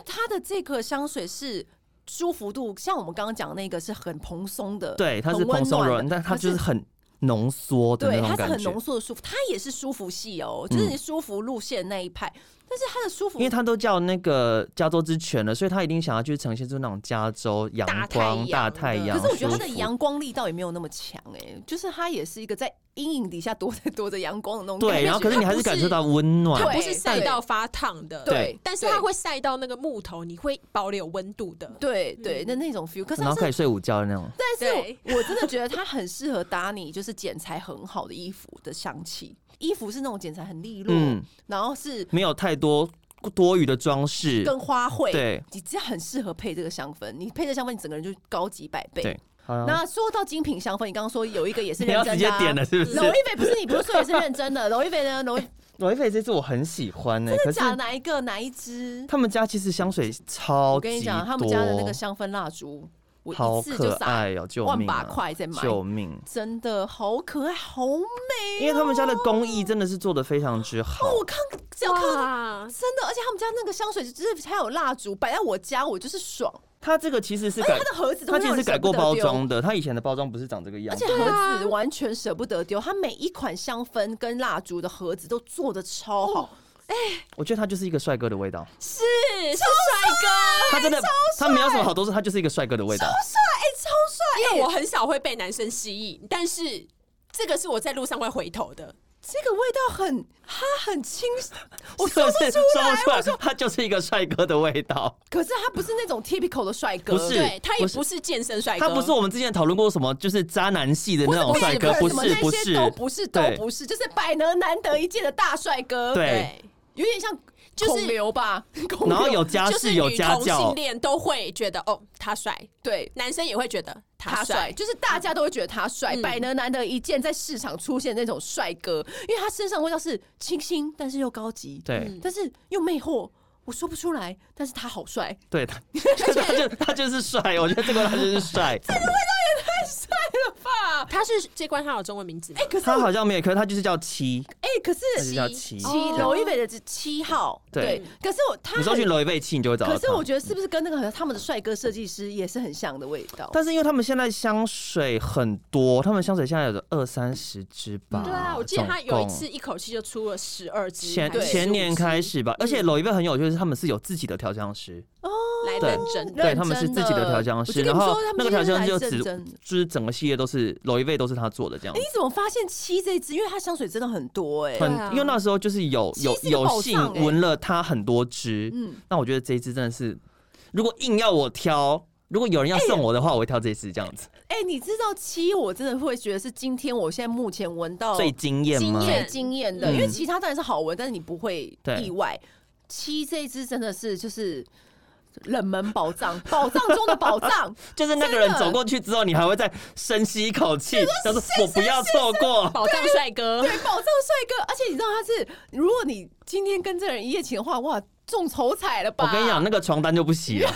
Speaker 1: 它的这个香水是舒服度，像我们刚刚讲的那个是很蓬松的，
Speaker 2: 对，它是
Speaker 1: 很温
Speaker 2: 蓬松
Speaker 1: 暖
Speaker 2: 柔
Speaker 1: 的
Speaker 2: 软，但它
Speaker 1: 可
Speaker 2: 就是是很浓缩的
Speaker 1: 对，
Speaker 2: 那种
Speaker 1: 它是
Speaker 2: 感
Speaker 1: 很
Speaker 2: 觉嗯
Speaker 1: 浓。缩的舒服，它也是舒服系哦，就是你舒服路线那一派。但是它的舒服，
Speaker 2: 因为它都叫那个加州之泉了，所以它一定想要去呈现出那种加州阳光、
Speaker 3: 大
Speaker 2: 大
Speaker 3: 太
Speaker 2: 太
Speaker 3: 阳
Speaker 2: 阳。
Speaker 1: 可是我觉得它的
Speaker 2: 舒服
Speaker 1: 阳光力道也没有那么强哎、就是它也是一个在阴影底下躲着躲着阳光的那种感觉。
Speaker 2: 对，然后可是你还是感受到温暖
Speaker 3: 它。
Speaker 1: 对
Speaker 3: 不是晒到发烫的，
Speaker 1: 对
Speaker 3: 但是它会晒到那个木头，你会保留温度的。
Speaker 1: 对对，那那种 feel，可是
Speaker 2: 然
Speaker 1: 它
Speaker 2: 后可
Speaker 1: 是，
Speaker 2: 以睡午觉的那种，
Speaker 1: 但是
Speaker 3: 对
Speaker 1: 我我真的觉得它很适合搭你，就是剪裁很好的衣服的香气。衣服是那种剪裁很利落，
Speaker 2: 嗯，
Speaker 1: 然后是
Speaker 2: 没有太多多余的装饰。
Speaker 1: 跟花卉，
Speaker 2: 对
Speaker 1: 你这很适合配这个香氛。你配这香氛，你整个人就高级百倍。
Speaker 2: 对，好啊，
Speaker 1: 那说到精品香氛，你刚刚说有一个也是
Speaker 2: 你
Speaker 1: 认
Speaker 2: 要
Speaker 1: 真的、啊，
Speaker 2: 直接点了是不是
Speaker 1: 娄？一菲不是你不是说也是认真的？娄一菲呢？娄一
Speaker 2: 罗意菲这次我很喜欢呢、欸可是
Speaker 1: 假的哪一个哪一支？
Speaker 2: 他们家其实香水超级多，
Speaker 1: 我跟你讲，他们家的那个香氛蜡烛，我
Speaker 2: 好
Speaker 1: 一次就
Speaker 2: 可
Speaker 1: 撒
Speaker 2: 爱哦、救
Speaker 1: 万
Speaker 2: 命、
Speaker 1: 把
Speaker 2: 啊！
Speaker 1: 块在买，
Speaker 2: 救命！
Speaker 1: 真的好可爱，好美、
Speaker 2: 因为他们家的工艺真的是做的非常之好，
Speaker 1: 哦我看只要看到
Speaker 3: 哇，
Speaker 1: 真的，而且他们家那个香水就是还有蜡烛摆在我家，我就是爽。
Speaker 2: 它这个其实是改
Speaker 1: 它，的盒子都
Speaker 2: 它其
Speaker 1: 让
Speaker 2: 实是
Speaker 1: 人
Speaker 2: 改
Speaker 1: 舍
Speaker 2: 过
Speaker 1: 不得
Speaker 2: 包
Speaker 1: 丢
Speaker 2: 装的，它以前的包装不是长这个样
Speaker 1: 而
Speaker 2: 子
Speaker 1: 且。盒子完全舍不得丢，它每一款香氛跟蜡烛的盒子都做的超好，
Speaker 2: 我觉得它就是一个帅哥的味道，
Speaker 3: 是是帅哥，
Speaker 2: 它真的，它没有什么好多事，它就是一个帅哥的味道。
Speaker 1: 哎
Speaker 3: 因为我很少会被男生吸引，但是这个是我在路上会回头的。
Speaker 1: 这个味道很，它很清， 我
Speaker 2: 是
Speaker 1: 说
Speaker 2: 不
Speaker 1: 不
Speaker 2: 是
Speaker 1: 出来。
Speaker 2: 说不出来，它就是一个帅哥的味道。
Speaker 1: 可是它不是那种 typical 的帅哥，
Speaker 2: 不是
Speaker 3: 对他也
Speaker 2: 不是
Speaker 3: 不是健身帅哥，
Speaker 2: 他不是我们之前讨论过什么，就是渣男系的那种
Speaker 1: 不
Speaker 2: 帅哥，
Speaker 1: 不是
Speaker 2: 不哎是
Speaker 1: 不
Speaker 2: 不
Speaker 1: 是什么那些
Speaker 2: 是，
Speaker 1: 都不是，都
Speaker 2: 对
Speaker 1: 不是，就是百能难得一见的大帅哥，
Speaker 2: 对
Speaker 1: 有点像
Speaker 3: 就是
Speaker 1: 孔刘吧， 孔
Speaker 2: 然后
Speaker 1: 刘
Speaker 2: 有家
Speaker 3: 就是
Speaker 2: 世有
Speaker 3: 女
Speaker 2: 家
Speaker 3: 同性
Speaker 2: 教，
Speaker 3: 恋都会觉得哦他帅，
Speaker 1: 对。
Speaker 3: 男生也会觉得
Speaker 1: 他
Speaker 3: 他
Speaker 1: 帅，
Speaker 3: 帅，
Speaker 1: 就是大家都会觉得他帅，
Speaker 3: 嗯
Speaker 1: 百能难得一见在市场出现那种帅哥，因为他身上味道是清新，但是又高级，
Speaker 2: 对
Speaker 1: 但是又魅惑，我说不出来，但是他好帅，
Speaker 2: 对，他他就他就是帅，我觉得这个他就是帅，
Speaker 3: 他是这关他有中文名字吗，
Speaker 1: 哎、可是
Speaker 2: 他
Speaker 1: 我
Speaker 2: 好像没有，可是他就是叫七，
Speaker 1: 哎、可是
Speaker 2: 他就是叫七。
Speaker 1: 七
Speaker 3: 哦
Speaker 1: 娄一菲的是七号，
Speaker 2: 对
Speaker 1: 对，可是我他
Speaker 2: 你
Speaker 1: 很
Speaker 2: 搜寻罗一贝七，你就会找到
Speaker 1: 哦可
Speaker 2: 他。
Speaker 1: 是我觉得是不是跟那个他们的帅哥设计师也是很像的味道？
Speaker 2: 但是因为他们现在香水很多，他们香水现在有二三十支吧。
Speaker 3: 对啊，我记得他有一
Speaker 2: 总共
Speaker 3: 次一口气就出了十二支，
Speaker 2: 前
Speaker 3: 还是
Speaker 2: 前年
Speaker 3: 15支
Speaker 2: 开始吧，而且娄一贝很有，就是他们是有自己的调香师，
Speaker 3: 来
Speaker 2: 对
Speaker 3: 认真
Speaker 2: 对他们是自己的调香师，
Speaker 1: 认真
Speaker 2: 然
Speaker 1: 的
Speaker 2: 后
Speaker 1: 我就跟你说
Speaker 2: 那个调香师就
Speaker 1: 他们
Speaker 2: 只
Speaker 1: 今天来认真
Speaker 2: 就是整个系列都是娄一贝都是他做的这样
Speaker 1: 哎
Speaker 2: 子
Speaker 1: 你。怎么发现七这一支？因为它香水真的很多哎、
Speaker 2: 很
Speaker 3: 对啊，
Speaker 2: 因为那时候就是有
Speaker 1: 七
Speaker 2: 有
Speaker 1: 是一个
Speaker 2: 有
Speaker 1: 宝
Speaker 2: 幸
Speaker 1: 藏欸
Speaker 2: 闻了他很多支，
Speaker 1: 嗯，
Speaker 2: 那我觉得这一支真的是，如果硬要我挑，如果有人要送我的话，我会挑这一支这样子，
Speaker 1: 哎、你知道七，我真的会觉得是今天我现在目前闻到
Speaker 2: 最惊艳吗
Speaker 3: 哦惊？艳
Speaker 1: 最惊艳的，
Speaker 2: 嗯
Speaker 1: 因为其他当然是好闻，但是你不会
Speaker 2: 对
Speaker 1: 意外。七这一支真的是就是冷门宝藏，宝藏中的宝藏。
Speaker 2: 就是那个人
Speaker 1: 真的
Speaker 2: 走过去之后，你还会再深吸一口气，他说我不要错过。
Speaker 3: 宝藏帅哥，
Speaker 1: 对，哎宝藏帅哥，而且你知道他是，如果你今天跟这人一夜情的话，哇，中头彩了吧？
Speaker 2: 我跟你讲，那个床单就不洗 了，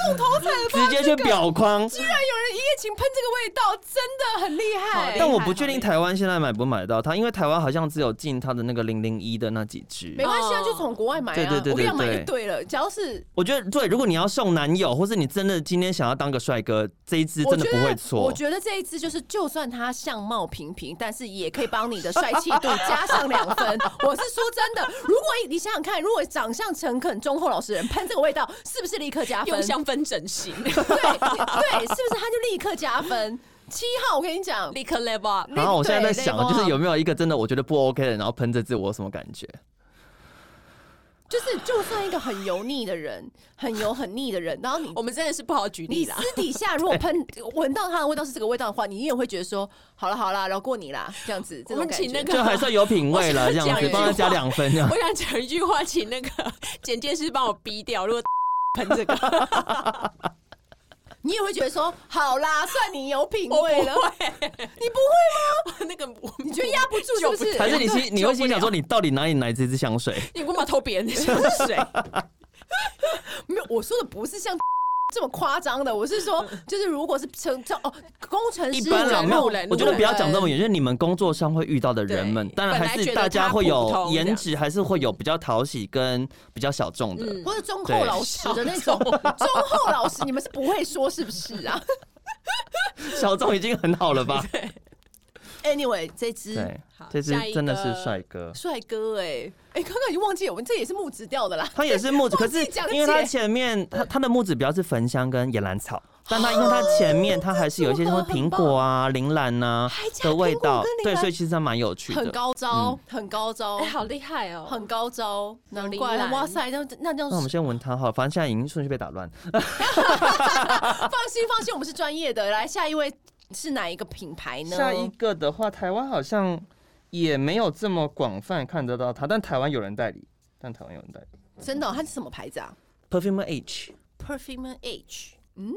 Speaker 1: 中头彩了吧？
Speaker 2: 直接去裱框。
Speaker 1: 居然有人一夜情喷这个味道，真的很厉
Speaker 3: 好
Speaker 1: 害。
Speaker 3: 厉害
Speaker 2: 但我不确定台湾现在买不买得到它，因为台湾好像只有进它的那个零零一的那几支
Speaker 1: 没。关系啊，
Speaker 3: 哦
Speaker 1: 就从国外买啊。
Speaker 2: 对对对
Speaker 1: 我跟你讲，
Speaker 2: 对
Speaker 1: 买就
Speaker 2: 对
Speaker 1: 对了。只要是
Speaker 2: 我觉得对，如果你要送男友，或是你真的今天想要当个帅哥，这一支真的不会错。
Speaker 1: 我觉得这一支就是，就算他相貌平平，但是也可以帮你的帅气度加上两 分。我是说真的，如果你想想看，如果长相诚恳、忠厚老实的人喷这个味道，是不是立刻加分？
Speaker 3: 用香氛整 形，
Speaker 1: 对对，是不是他就立刻加分？七号，我跟你讲，
Speaker 3: 立刻 level up。
Speaker 2: 然后我现在在
Speaker 1: 对
Speaker 2: 想，
Speaker 1: 雷蒙
Speaker 2: 就是有
Speaker 1: 啊
Speaker 2: 没有一个真的我觉得不 OK 的，然后喷这支，我有什么感 觉？
Speaker 1: 就是就算一个很油腻的人，很油很腻的人，然后你
Speaker 3: 我们真的是不好举
Speaker 1: 你
Speaker 3: 例啦
Speaker 1: 私，底下如果喷闻到它的味道是这个味道的话，你也会觉得说，好了好了，饶过你啦，这样子。这种
Speaker 3: 我们
Speaker 1: 感
Speaker 3: 请那
Speaker 1: 觉。
Speaker 3: 个
Speaker 2: 就还算有品味了，这样
Speaker 3: 我
Speaker 2: 子
Speaker 3: 想
Speaker 2: 帮他加
Speaker 3: 讲一句话
Speaker 2: 两分这样。
Speaker 3: 我想讲一句话，请那个简介师帮我逼掉。如果 喷这个，
Speaker 1: 你也会觉得说，好啦，算你有品
Speaker 3: 我不
Speaker 1: 味了。
Speaker 3: 会，
Speaker 1: 你不会，
Speaker 3: 那个我
Speaker 1: 你觉得压不住是不是？
Speaker 2: 还是你心你会心想说，
Speaker 3: 你
Speaker 2: 你到底哪里来这支香水？
Speaker 3: 你干嘛偷 别人的香水？
Speaker 1: 没有，我说的不是像 这么夸张的，我是说，就是如果是 成成哦，工程师
Speaker 2: 嗯一般啦，
Speaker 1: 人
Speaker 2: 没有
Speaker 1: 路人，
Speaker 2: 我觉得不要讲这么
Speaker 1: 远。
Speaker 2: 远，就是你们工作上会遇到的人们，
Speaker 3: 对
Speaker 2: 当然还
Speaker 3: 本来觉
Speaker 2: 是
Speaker 3: 得
Speaker 2: 大家会
Speaker 3: 他普
Speaker 2: 有
Speaker 3: 通
Speaker 2: 颜值，还是会有比较讨喜跟比较小众的。
Speaker 3: 嗯
Speaker 1: 或者忠厚老实的那种，忠厚老实，你们是不会说是不是 啊
Speaker 2: 小众已经很好了吧？
Speaker 1: ？Anyway，这支
Speaker 2: 对，
Speaker 3: 好
Speaker 2: 这只真的是帅哥，
Speaker 1: 帅哥哎、欸、哎，刚、欸、刚已经忘记我们这也是木质调的啦，
Speaker 2: 它也是 木质，可是因为它前面它它的木质比较是焚香跟野兰草，但它因为它前面它还是有一些什
Speaker 3: 哦
Speaker 2: 么苹果啊、铃兰呐的味道，对，所以其实它蛮有趣的，
Speaker 1: 很高
Speaker 2: 嗯
Speaker 1: 招，很高招，
Speaker 3: 哎，好厉害哦，
Speaker 1: 很高招，难怪啊哇塞，那那那
Speaker 2: 那我们先闻它哈，反正现在已经顺序被打乱，
Speaker 1: 放心放心，我们是专业的，来下一位。是哪一个品牌呢？
Speaker 2: 下一个的话，台湾好像也没有这么广泛看得到它，但台湾有人代理，但台湾有人代理，
Speaker 1: 真的、哦？它是什么牌子啊
Speaker 2: ？Perfume H，Perfume
Speaker 1: H，嗯，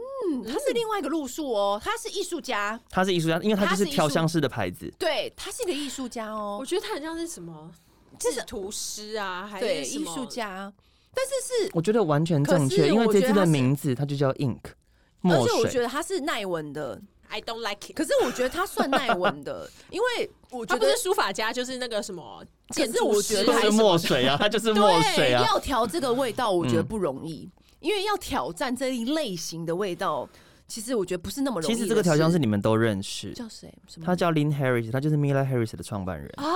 Speaker 1: 它是另外一个路数哦，他是艺术家，
Speaker 2: 他是艺术家，因为他就是调香师的牌子，
Speaker 1: 对，他是一个艺术家哦，
Speaker 3: 我觉得他很像是什么制图师啊，还
Speaker 1: 是艺术家，但是是
Speaker 2: 我觉得完全正确，因为这支的名字它就叫 Ink，墨
Speaker 1: 水，而且我觉得它是耐闻的。
Speaker 3: I don't like it。
Speaker 1: 可是我觉得他算耐闻 的，因为我觉
Speaker 3: 得不是书法家，就是那个什么建
Speaker 1: 筑我觉得
Speaker 2: 就是墨水啊，他就是墨水啊。
Speaker 1: 要调这个味道，我觉得不容易，嗯、因为要挑战这一类型的味道，其实我觉得不是那么容易。
Speaker 2: 其实这个调香师你们都认识，
Speaker 1: 叫谁？
Speaker 2: 他叫 Lin Harris，他就是 Mila Harris 的创办人哦。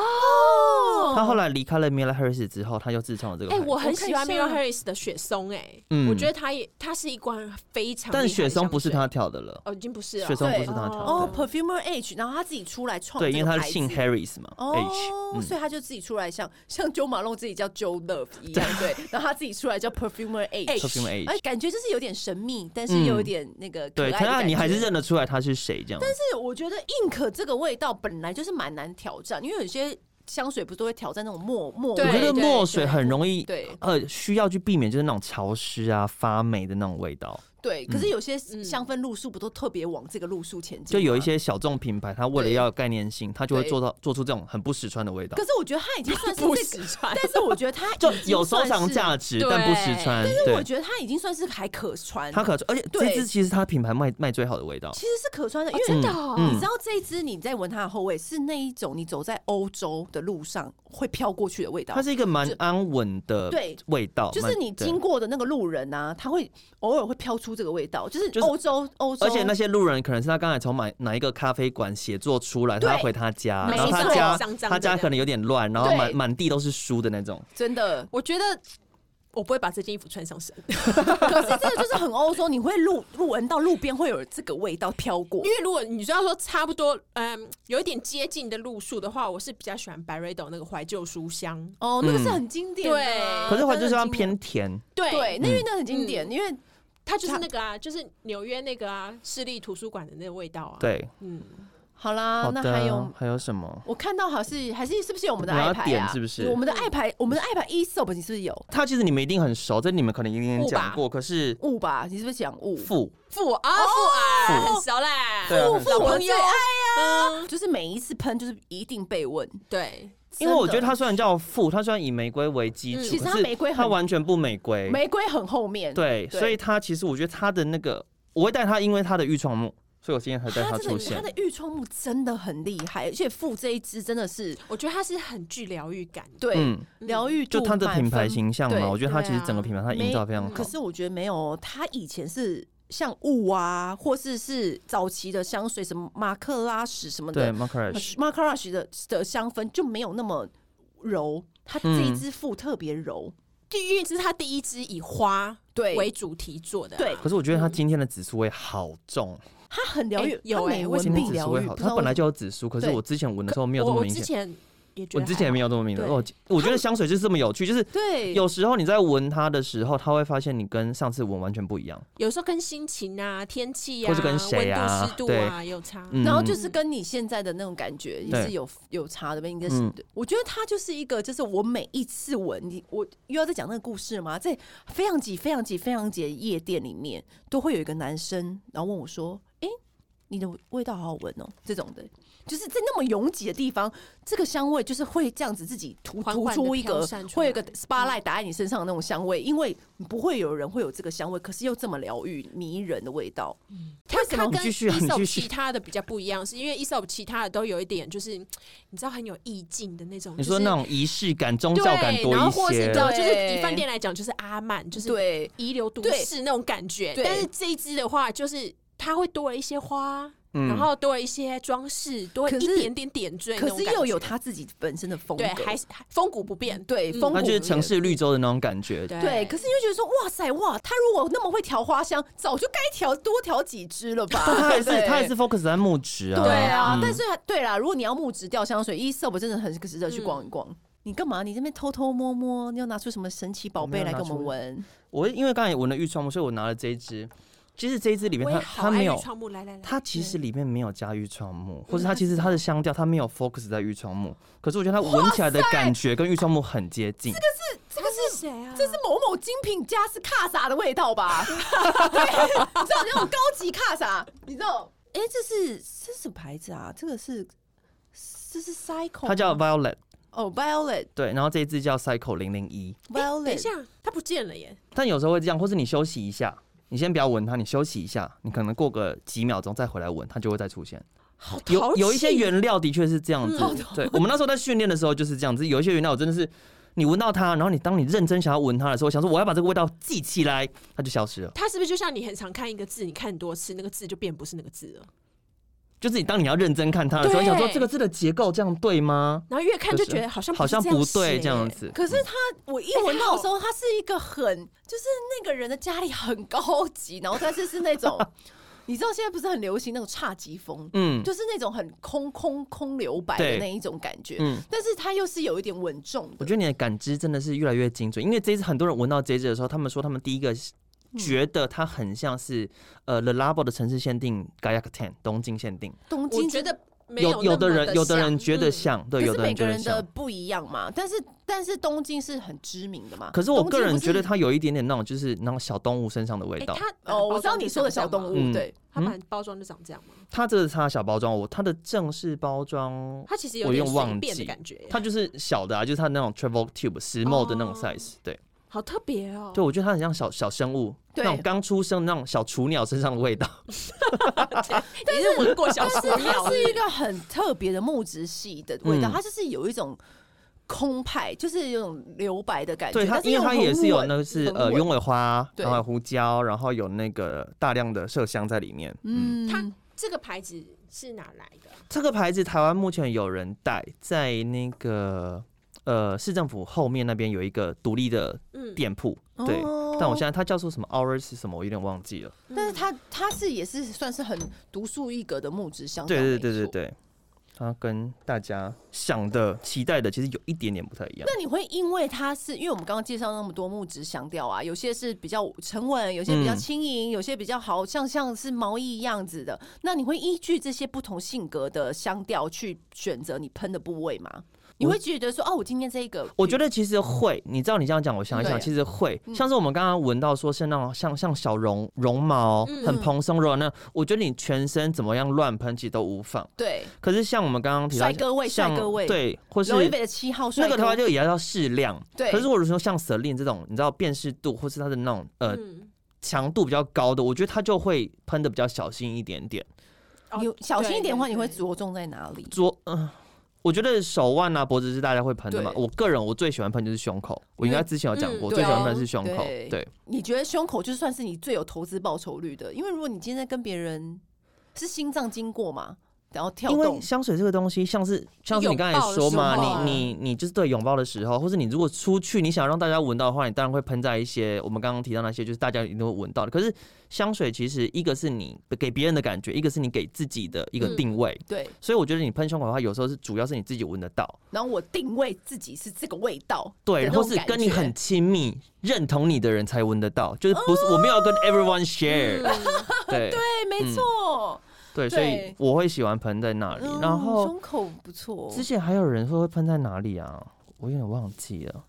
Speaker 2: 他后来离开了 Mila Harris 之后，他就自创了这个。哎、
Speaker 3: 欸，我很喜欢 Mila Harris 的雪松、欸，哎，嗯，我觉得他也他是一罐非常，
Speaker 2: 但雪松不是他调的了，
Speaker 3: 哦，已经不是了，
Speaker 2: 雪松不是啊他调的
Speaker 1: 哦，Perfumer H，然后他自己出来创，
Speaker 2: 对，因为他是姓 Harris 嘛，
Speaker 1: 哦，H, 嗯、所以他就自己出来像像 Joe Malone 自己叫 Joe Love 一样，对，然后他自己出来叫 Perfumer
Speaker 2: H，Perfumer H，
Speaker 1: 哎，感觉就是有点神秘，但是又有点那个可爱、嗯，对，
Speaker 2: 但你还是认得出来他是谁这样。
Speaker 1: 但是我觉得 Ink 这个味道本来就是蛮难挑战，因为有些。香水不是都会挑战那种墨墨？我
Speaker 2: 觉得墨水很容易，
Speaker 1: 对，
Speaker 2: 呃，需要去避免就是那种潮湿啊、发霉的那种味道。
Speaker 1: 对，可是有些香氛路数不都特别往这个路数前进、嗯？
Speaker 2: 嗯就有一些小众品牌，它为了要有概念性，它就会做到做出这种很不实穿的味道。
Speaker 1: 可是我觉得它已经算是、這個、
Speaker 3: 不实穿，
Speaker 1: 但是我觉得它
Speaker 2: 就有收藏价值，但不实穿。
Speaker 1: 但是我觉得它已经算是还可穿，
Speaker 2: 它可穿，而且这支其实它品牌卖卖最好的味道，
Speaker 1: 其实是可穿的，因为、哦、
Speaker 3: 真的、哦，
Speaker 1: 嗯、你知道这一支你在闻它的后味是那一种你走在欧洲的路上会飘过去的味道，
Speaker 2: 它是一个蛮安稳的
Speaker 1: 对
Speaker 2: 味道，
Speaker 1: 就是你经过的那个路人啊，他会偶尔会飘出。出这个味道，就是欧洲，欧、就是、
Speaker 2: 洲，而且那些路人可能是他刚才从买哪一个咖啡馆写作出来，他回他家，然后他家他家可能有点乱，然后满满地都是书的那种。
Speaker 1: 真的，
Speaker 3: 我觉得我不会把这件衣服穿上身，
Speaker 1: 可是这个就是很欧洲，你会路路闻到路边会有这个味道飘过。
Speaker 3: 因为如果你就要说差不多，嗯，有一点接近的路数的话，我是比较喜欢白瑞斗那个怀旧书香
Speaker 1: 哦，那个是很经典的、啊
Speaker 3: 嗯，
Speaker 2: 对。可是怀旧书香偏甜，
Speaker 1: 对，對那因为那很经典，嗯、因为。
Speaker 3: 它就是那个啊，就是纽约那个啊，市立图书馆的那个味道啊。
Speaker 2: 对，
Speaker 1: 嗯，好啦，好那还有
Speaker 2: 还有什么？
Speaker 1: 我看到好是还是是不是有我们的爱牌
Speaker 2: 啊？是不是
Speaker 1: 我们的爱牌？我们的爱牌 e s o p 你是不是有？
Speaker 2: 它其实你们一定很熟，这你们可能一定讲过，可是
Speaker 1: 雾吧？你是不是讲雾？
Speaker 2: 富
Speaker 3: 富啊
Speaker 1: 哦
Speaker 3: 富啊，很熟嘞，
Speaker 1: 富
Speaker 2: 富
Speaker 1: 我最
Speaker 3: 啊
Speaker 1: 爱呀，就是每一次喷就是一定被问，
Speaker 3: 对。
Speaker 2: 因为我觉得它虽然叫富，它虽然以玫瑰为基础，
Speaker 1: 其实
Speaker 2: 它
Speaker 1: 玫瑰
Speaker 2: 它完全不玫瑰，
Speaker 1: 玫瑰很后面。
Speaker 2: 对，所以它其实我觉得它的那个，我会带它，因为它的愈创木，所以我今天才带
Speaker 1: 它
Speaker 2: 出现。
Speaker 1: 它的愈创木真的很厉害，而且富这一支真的是，
Speaker 3: 我觉得它是很具疗愈感，
Speaker 1: 对，疗愈
Speaker 2: 嗯就它的品牌形象嘛，我觉得它其实整个品牌它营造非常好。
Speaker 1: 啊嗯可是我觉得没有，它以前是。像雾啊，或是是早期的香水，什么马克拉什什么的，呃
Speaker 2: 对马克拉什，
Speaker 1: 马克拉什的的香氛就没有那么柔，它这
Speaker 2: 嗯
Speaker 1: 一支馥特别柔，
Speaker 3: 因为这是它第一支以花
Speaker 1: 对
Speaker 3: 为主题做的、啊，
Speaker 1: 对。
Speaker 2: 可是我觉得它今天的紫苏味好重。
Speaker 1: 它很疗愈、欸，有哎、欸，
Speaker 2: 今天紫苏味
Speaker 1: 好，
Speaker 2: 它本来就有紫苏，可是我之前闻的时候没有这么明显。
Speaker 3: 我
Speaker 2: 之前没有这么明的，我我觉得香水就是这么有趣，就是
Speaker 1: 对，
Speaker 2: 有时候你在闻它的时候，它会发现你跟上次闻完全不一样。
Speaker 3: 有时候跟心情啊、天气啊、
Speaker 2: 或是跟谁嗯
Speaker 3: 啊、湿度啊有差，
Speaker 1: 然后就是跟你现在的那种感觉也是有有差的呗。应该是，我觉得它就是一个，就是我每一次闻你，我又要再讲那个故事嘛，在非常挤、非常挤、非常挤的夜店里面，都会有一个男生，然后问我说：“哎，你的味道好好闻哦。”这种的。就是在那么拥挤的地方，这个香味就是会这样子自己突突出一个，会有一个
Speaker 3: 嗯
Speaker 1: spotlight 打在你身上的那种香味，因为不会有人会有这个香味，可是又这么疗愈、迷人的味道。
Speaker 3: 嗯，它它跟
Speaker 2: 啊
Speaker 3: Esop 其他的比较不一样，是因为 Esop 其他的都有一点，就是你知道很有意境的那种。
Speaker 2: 你说那种仪式感、宗教感多一些，
Speaker 3: 你知道，就是以饭店来讲，就是阿曼，就是
Speaker 1: 对
Speaker 3: 遗留都市那种感觉。但是这一支的话，就是它会多了一些花。
Speaker 2: 嗯
Speaker 3: 然后多了一些装饰，多了
Speaker 1: 可
Speaker 3: 一
Speaker 1: 是
Speaker 3: 点点点缀那
Speaker 1: 可
Speaker 3: 种感
Speaker 1: 是
Speaker 3: 觉，
Speaker 1: 又有他自己本身的风格，
Speaker 3: 对，还是还风骨不变，
Speaker 1: 对
Speaker 3: 嗯
Speaker 1: 风
Speaker 2: 它
Speaker 1: 格
Speaker 2: 就是城市绿洲的那种感觉。
Speaker 1: 对，可是你就觉得说，哇塞，哇，他如果那么会调花香，早就该调多调几支了吧？
Speaker 2: 但它还是
Speaker 1: 对
Speaker 2: 它还是 focus 在木质啊。
Speaker 1: 对啊，
Speaker 2: 嗯
Speaker 1: 但是对啦，如果你要木质调香水，一 sub 真的很值得去逛一逛。你干嘛？你这边偷偷摸摸，你要拿出什么神奇宝贝来给我们
Speaker 2: 我
Speaker 1: 闻？
Speaker 2: 我因为刚才闻了玉窗木，所以我拿了这一支。其实这一支里面
Speaker 3: 我也
Speaker 2: 它
Speaker 3: 好
Speaker 2: 它
Speaker 3: 爱
Speaker 2: 没
Speaker 3: 玉
Speaker 2: 有，
Speaker 3: 窗木，来来来，
Speaker 2: 它其实里面没有加玉窗木，
Speaker 3: 嗯
Speaker 2: 或者它其实它的香调它没有 focus 在玉窗木，可是我觉得它闻起来的感觉跟玉窗木很接近。
Speaker 1: 这
Speaker 3: 这
Speaker 1: 个
Speaker 3: 个
Speaker 1: 是
Speaker 3: 是谁啊？
Speaker 1: 这是某某精品家是卡萨的味道吧？ 对，你知道那种高级卡萨，你知道？哎、这是这是什么牌子啊？这个是这是 Cycle，
Speaker 2: 它叫
Speaker 1: 吗
Speaker 2: Violet，
Speaker 1: 哦 Violet
Speaker 2: 对，然后这一支叫 Cycle 零零一。
Speaker 1: Violet，
Speaker 3: 哎等一下，它不见了耶！
Speaker 2: 但有时候会这样，或是你休息一下，你先不要闻它，你休息一下，你可能过个几秒钟再回来闻，它就会再出现。
Speaker 3: 好
Speaker 2: 有
Speaker 3: 淘
Speaker 2: 有一些
Speaker 3: 气
Speaker 2: 原料的确是这样子，
Speaker 3: 嗯
Speaker 2: 对我们那时候在训练的时候就是这样子，有一些原料我真的是。你闻到它，然后你当你认真想要闻它的时候，想说我要把这个味道记起来，它就消失了。
Speaker 3: 它是不是就像你很常看一个字，你看很多次，那个字就变不是那个字了？
Speaker 2: 就是你当你要认真看它的时候，
Speaker 3: 对
Speaker 2: 你想说这个字的结构这样对吗？
Speaker 3: 然后越看就
Speaker 2: 就是
Speaker 3: 觉得好像
Speaker 2: 好像
Speaker 3: 不
Speaker 2: 不
Speaker 3: 嗯是
Speaker 2: 对，这
Speaker 3: 样
Speaker 2: 样
Speaker 3: 写耶。
Speaker 2: 子。
Speaker 1: 可是他，我一闻到的时候，他是一个很，就是那个人的家里很高级，然后但是是那 种，你知道现在不是很流行那种侘寂风，
Speaker 2: 嗯
Speaker 1: 就是那种很空空空留白的
Speaker 2: 对
Speaker 1: 那一种感觉，
Speaker 2: 嗯，
Speaker 1: 但是他又是有一点稳重
Speaker 2: 我
Speaker 1: 的。
Speaker 2: 觉得你的感知真的是越来越精准，因为这一次很多人闻到这一支的时候，他们说他们第一个是觉得它很像是呃 The Labo 的城市限定 Gayak Ten 东京限定，
Speaker 1: 东京真
Speaker 3: 我觉得没
Speaker 2: 有
Speaker 3: 有
Speaker 2: 的人有的人觉得
Speaker 3: 像，嗯
Speaker 2: 像，对，
Speaker 1: 可
Speaker 2: 有
Speaker 1: 是
Speaker 2: 的
Speaker 1: 每
Speaker 2: 人
Speaker 1: 个
Speaker 2: 觉得
Speaker 1: 人的
Speaker 2: 像。
Speaker 1: 不一样嘛，但是但是东京是很知名的嘛。
Speaker 2: 可是我个人觉得
Speaker 1: 东京
Speaker 2: 它有一点点那种就是那种小动物身上的味
Speaker 3: 哎，
Speaker 2: 道。
Speaker 3: 它
Speaker 1: 不是哦，我知道你说的小动物，
Speaker 2: 嗯
Speaker 1: 对，
Speaker 3: 它
Speaker 2: 嗯
Speaker 3: 把包装就长这样吗？
Speaker 2: 它这个是它的小包装，我它的正式包装，
Speaker 3: 它其实有
Speaker 2: 我有
Speaker 3: 点
Speaker 2: 点
Speaker 3: 随
Speaker 2: 忘
Speaker 3: 便的
Speaker 2: 记
Speaker 3: 感觉耶，
Speaker 2: 它就是小的啊，就是它那种 travel tube 石墨的那种
Speaker 3: 哦
Speaker 2: size。对，
Speaker 3: 好特别哦。
Speaker 2: 对，我觉得它很像小小生物，
Speaker 1: 对
Speaker 2: 那种刚出生的那种小雏鸟身上的味道。
Speaker 3: 你哎是闻过小
Speaker 1: 但
Speaker 3: 雏
Speaker 1: 是
Speaker 3: 鸟
Speaker 1: 哦它是一个很特别的木质系的味道，
Speaker 2: 嗯
Speaker 1: 它就是有一种空派，就是有种留白的感觉。
Speaker 2: 对它，
Speaker 1: 呃但
Speaker 2: 因
Speaker 1: 又
Speaker 2: 为它
Speaker 1: 很
Speaker 2: 也是有
Speaker 1: 稳
Speaker 2: 那个是
Speaker 1: 很
Speaker 2: 呃
Speaker 1: 稳
Speaker 2: 鸢尾花，
Speaker 1: 对
Speaker 2: 然后有胡椒，然后有那个大量的麝香在里面。
Speaker 1: 嗯，
Speaker 2: 嗯，
Speaker 3: 它这个牌子是哪来的啊？
Speaker 2: 这个牌子台湾目前有人带，在那个呃市政府后面那边有一个独立的
Speaker 3: 嗯，
Speaker 2: 店铺。对，
Speaker 1: 哦
Speaker 2: 但我现在它叫做什么 Hours 是什么，我有点忘记了。
Speaker 1: 但是它它是也是算是很独树一格的木质香调，
Speaker 2: 对对
Speaker 1: 没
Speaker 2: 对对
Speaker 1: 错。
Speaker 2: 对，它跟大家想的、期待的其实有一点点不太一样。
Speaker 1: 那你会因为它是因为我们刚刚介绍那么多木质香调啊，有些是比较沉稳，有些比较
Speaker 2: 嗯
Speaker 1: 轻盈，有些比较好像像是毛衣样子的。那你会依据这些不同性格的香调去选择你喷的部位吗？你会觉得说哦，我今天这个，
Speaker 2: 我觉得其实会，你知道你这样讲，我想一想，
Speaker 1: 对
Speaker 2: 其实会，
Speaker 1: 嗯
Speaker 2: 像是我们刚刚闻到说是那种像像小绒绒毛
Speaker 3: 嗯
Speaker 2: 很蓬松柔软那，我觉得你全身怎么样乱喷其实都无妨。
Speaker 1: 对
Speaker 2: 可是像我们刚刚提到
Speaker 1: 帅哥味
Speaker 2: 像
Speaker 1: 帅哥味
Speaker 2: 对，或是
Speaker 1: 罗意。贝的七号帅
Speaker 2: 那
Speaker 1: 哥
Speaker 2: 个的话就也要适量，
Speaker 1: 对
Speaker 2: 可是如果说像 Celine 这种，你知道辨识度或是它的那种呃
Speaker 3: 嗯，
Speaker 2: 强度比较高的，我觉得它就会喷的比较小心一点点。
Speaker 3: 哦
Speaker 1: 你小心一点的话，
Speaker 3: 对
Speaker 1: 你会
Speaker 3: 对
Speaker 1: 着重在哪里？
Speaker 2: 左嗯、我觉得手腕啊、脖子是大家会喷的嘛。
Speaker 1: 对
Speaker 2: 我个人我最喜欢喷就是胸口，我应该之前有讲
Speaker 3: 嗯
Speaker 2: 过，我
Speaker 1: 对
Speaker 2: 最喜欢
Speaker 1: 哦
Speaker 2: 喷是胸口，
Speaker 1: 对
Speaker 2: 对。
Speaker 1: 你觉得胸口就算是你最有投资报酬率的，因为如果你今天在跟别人是心脏经过嘛，然后跳
Speaker 2: 因
Speaker 1: 动
Speaker 2: 为，香水这个东西，像是像是你
Speaker 3: 拥
Speaker 2: 刚才
Speaker 3: 抱的
Speaker 2: 说
Speaker 3: 时
Speaker 2: 嘛，
Speaker 3: 候
Speaker 1: 啊
Speaker 2: 你你你就是对拥抱的时候，或是你如果出去，你想让大家闻到的话，你当然会喷在一些我们刚刚提到那些，就是大家一定会闻到的。可是香水其实一个是你给别人的感觉，一个是你给自己的一个
Speaker 3: 嗯
Speaker 2: 定位。
Speaker 1: 对，
Speaker 2: 所以我觉得你喷胸口的话，有时候是主要是你自己闻得到，
Speaker 1: 然后我定位自己是这个味道，
Speaker 2: 对，然后是跟你很亲密、认同你的人才闻得到，就是不是我没
Speaker 3: 哦
Speaker 2: 有跟 everyone
Speaker 3: 嗯
Speaker 2: share，、对
Speaker 1: 对，哎没错，
Speaker 2: 对，所以
Speaker 1: 对
Speaker 2: 我会喜欢喷在那里。
Speaker 1: 嗯
Speaker 2: 然后
Speaker 1: 胸口不
Speaker 3: 哦
Speaker 1: 错，
Speaker 2: 之前还有人说会喷在哪里啊？我有点忘记了，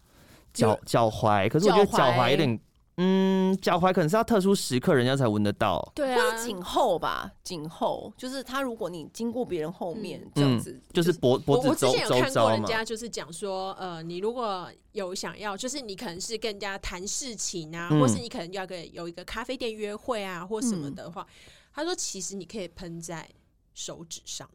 Speaker 2: 脚脚踝。可是我
Speaker 1: 脚
Speaker 2: 觉得脚
Speaker 1: 踝
Speaker 2: 踝有点，嗯，脚踝可能是要特殊时刻人家才闻得到，
Speaker 3: 对
Speaker 1: 或
Speaker 3: 啊，
Speaker 1: 者颈后吧，颈后就是他，如果你经过别人后面这样子，
Speaker 2: 嗯就是脖脖
Speaker 3: 我
Speaker 2: 子
Speaker 3: 我之
Speaker 2: 周
Speaker 3: 前有
Speaker 2: 周
Speaker 3: 看过
Speaker 2: 遭
Speaker 3: 人
Speaker 2: 嘛。
Speaker 3: 家就是讲说，呃，你如果有想要，就是你可能是跟人家谈事情啊，
Speaker 2: 嗯
Speaker 3: 或是你可能要跟有一个咖啡店约会啊，或什么的话，
Speaker 2: 嗯
Speaker 3: 他说其实你可以喷在手指上，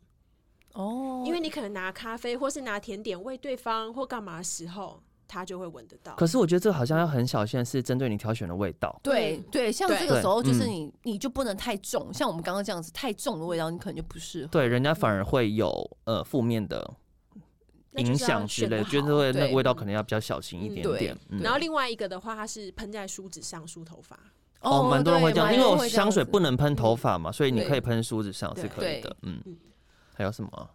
Speaker 1: 哦，
Speaker 3: 因为你可能拿咖啡或是拿甜点喂对方或干嘛的时候，它就会闻得到。
Speaker 2: 可是我觉得这个好像要很小心，是针对你挑选的味道。
Speaker 1: 对对，像
Speaker 3: 对
Speaker 1: 这个时候
Speaker 2: 嗯对
Speaker 1: 就是
Speaker 2: 嗯
Speaker 1: 你，你就不能太重，像我们刚刚这样子太重的味道，你可能就不适合。
Speaker 2: 对，人家反而会有呃负面的
Speaker 3: 那就是
Speaker 2: 影
Speaker 3: 要
Speaker 2: 响之
Speaker 3: 选得
Speaker 2: 类，
Speaker 3: 好
Speaker 2: 觉得会那
Speaker 1: 对
Speaker 2: 个味道可能要比较小心一
Speaker 3: 嗯
Speaker 2: 点
Speaker 1: 对
Speaker 2: 点。嗯
Speaker 3: 然后另外一个的话，它是喷在梳子上梳头发。
Speaker 2: 哦，蛮多人会这样，
Speaker 1: 对
Speaker 2: 因为
Speaker 1: 蛮多人
Speaker 2: 我
Speaker 1: 会这
Speaker 2: 香水
Speaker 1: 样子嗯
Speaker 2: 不能喷头发嘛，所以你
Speaker 1: 对
Speaker 2: 可以喷梳子上是
Speaker 3: 对
Speaker 2: 可以的
Speaker 1: 对。
Speaker 2: 嗯
Speaker 3: 嗯，
Speaker 2: 还有什么啊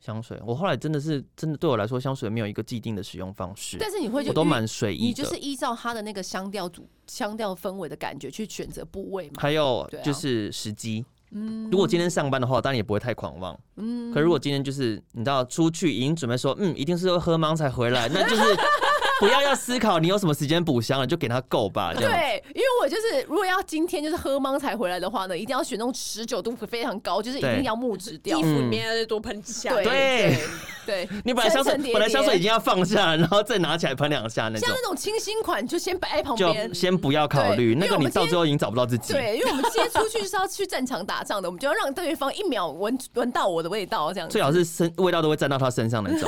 Speaker 2: 香水？我后来真的是真的对我来说，香水没有一个既定的使用方式，
Speaker 1: 但是你会就
Speaker 2: 我都
Speaker 1: 遇
Speaker 2: 蛮随意
Speaker 1: 你
Speaker 2: 的
Speaker 1: 就。是依照它的那个香调组、香调氛围的感觉去选择部位嘛。
Speaker 2: 还有
Speaker 1: 对啊
Speaker 2: 就是时机。嗯，如果今天上班的话，我当然也不会太狂妄。嗯，可如果今天就是你知道出去已经准备说，嗯，一定是要喝芒才回来，那就是 不要要思考你有什么时间补香了，就给它 够吧。啊这样，
Speaker 1: 对，因为我就是如果要今天就是喝芒才回来的话呢，一定要选那种持久度非常高，就是一
Speaker 2: 对
Speaker 1: 定要木质调
Speaker 3: 衣。服里面要再多喷几下。
Speaker 1: 对
Speaker 2: 嗯 对
Speaker 1: 对，对
Speaker 2: 你本来香
Speaker 1: 层
Speaker 2: 水
Speaker 1: 层叠叠
Speaker 2: 本来香水已经要放下，然后再拿起来喷两下那种
Speaker 1: 像。那种清新款就先摆在旁边
Speaker 2: 就。先不要考
Speaker 1: 对
Speaker 2: 虑，
Speaker 1: 因为
Speaker 2: 那个
Speaker 1: 我
Speaker 2: 你
Speaker 1: 们
Speaker 2: 到
Speaker 1: 今天
Speaker 2: 最后已经找不到自己。
Speaker 1: 对，因为我们今天出去是要去战场打仗的，我们就要让对方一秒闻闻到我的味道，这样子
Speaker 2: 最。好是身味道都会沾到他身上 那种。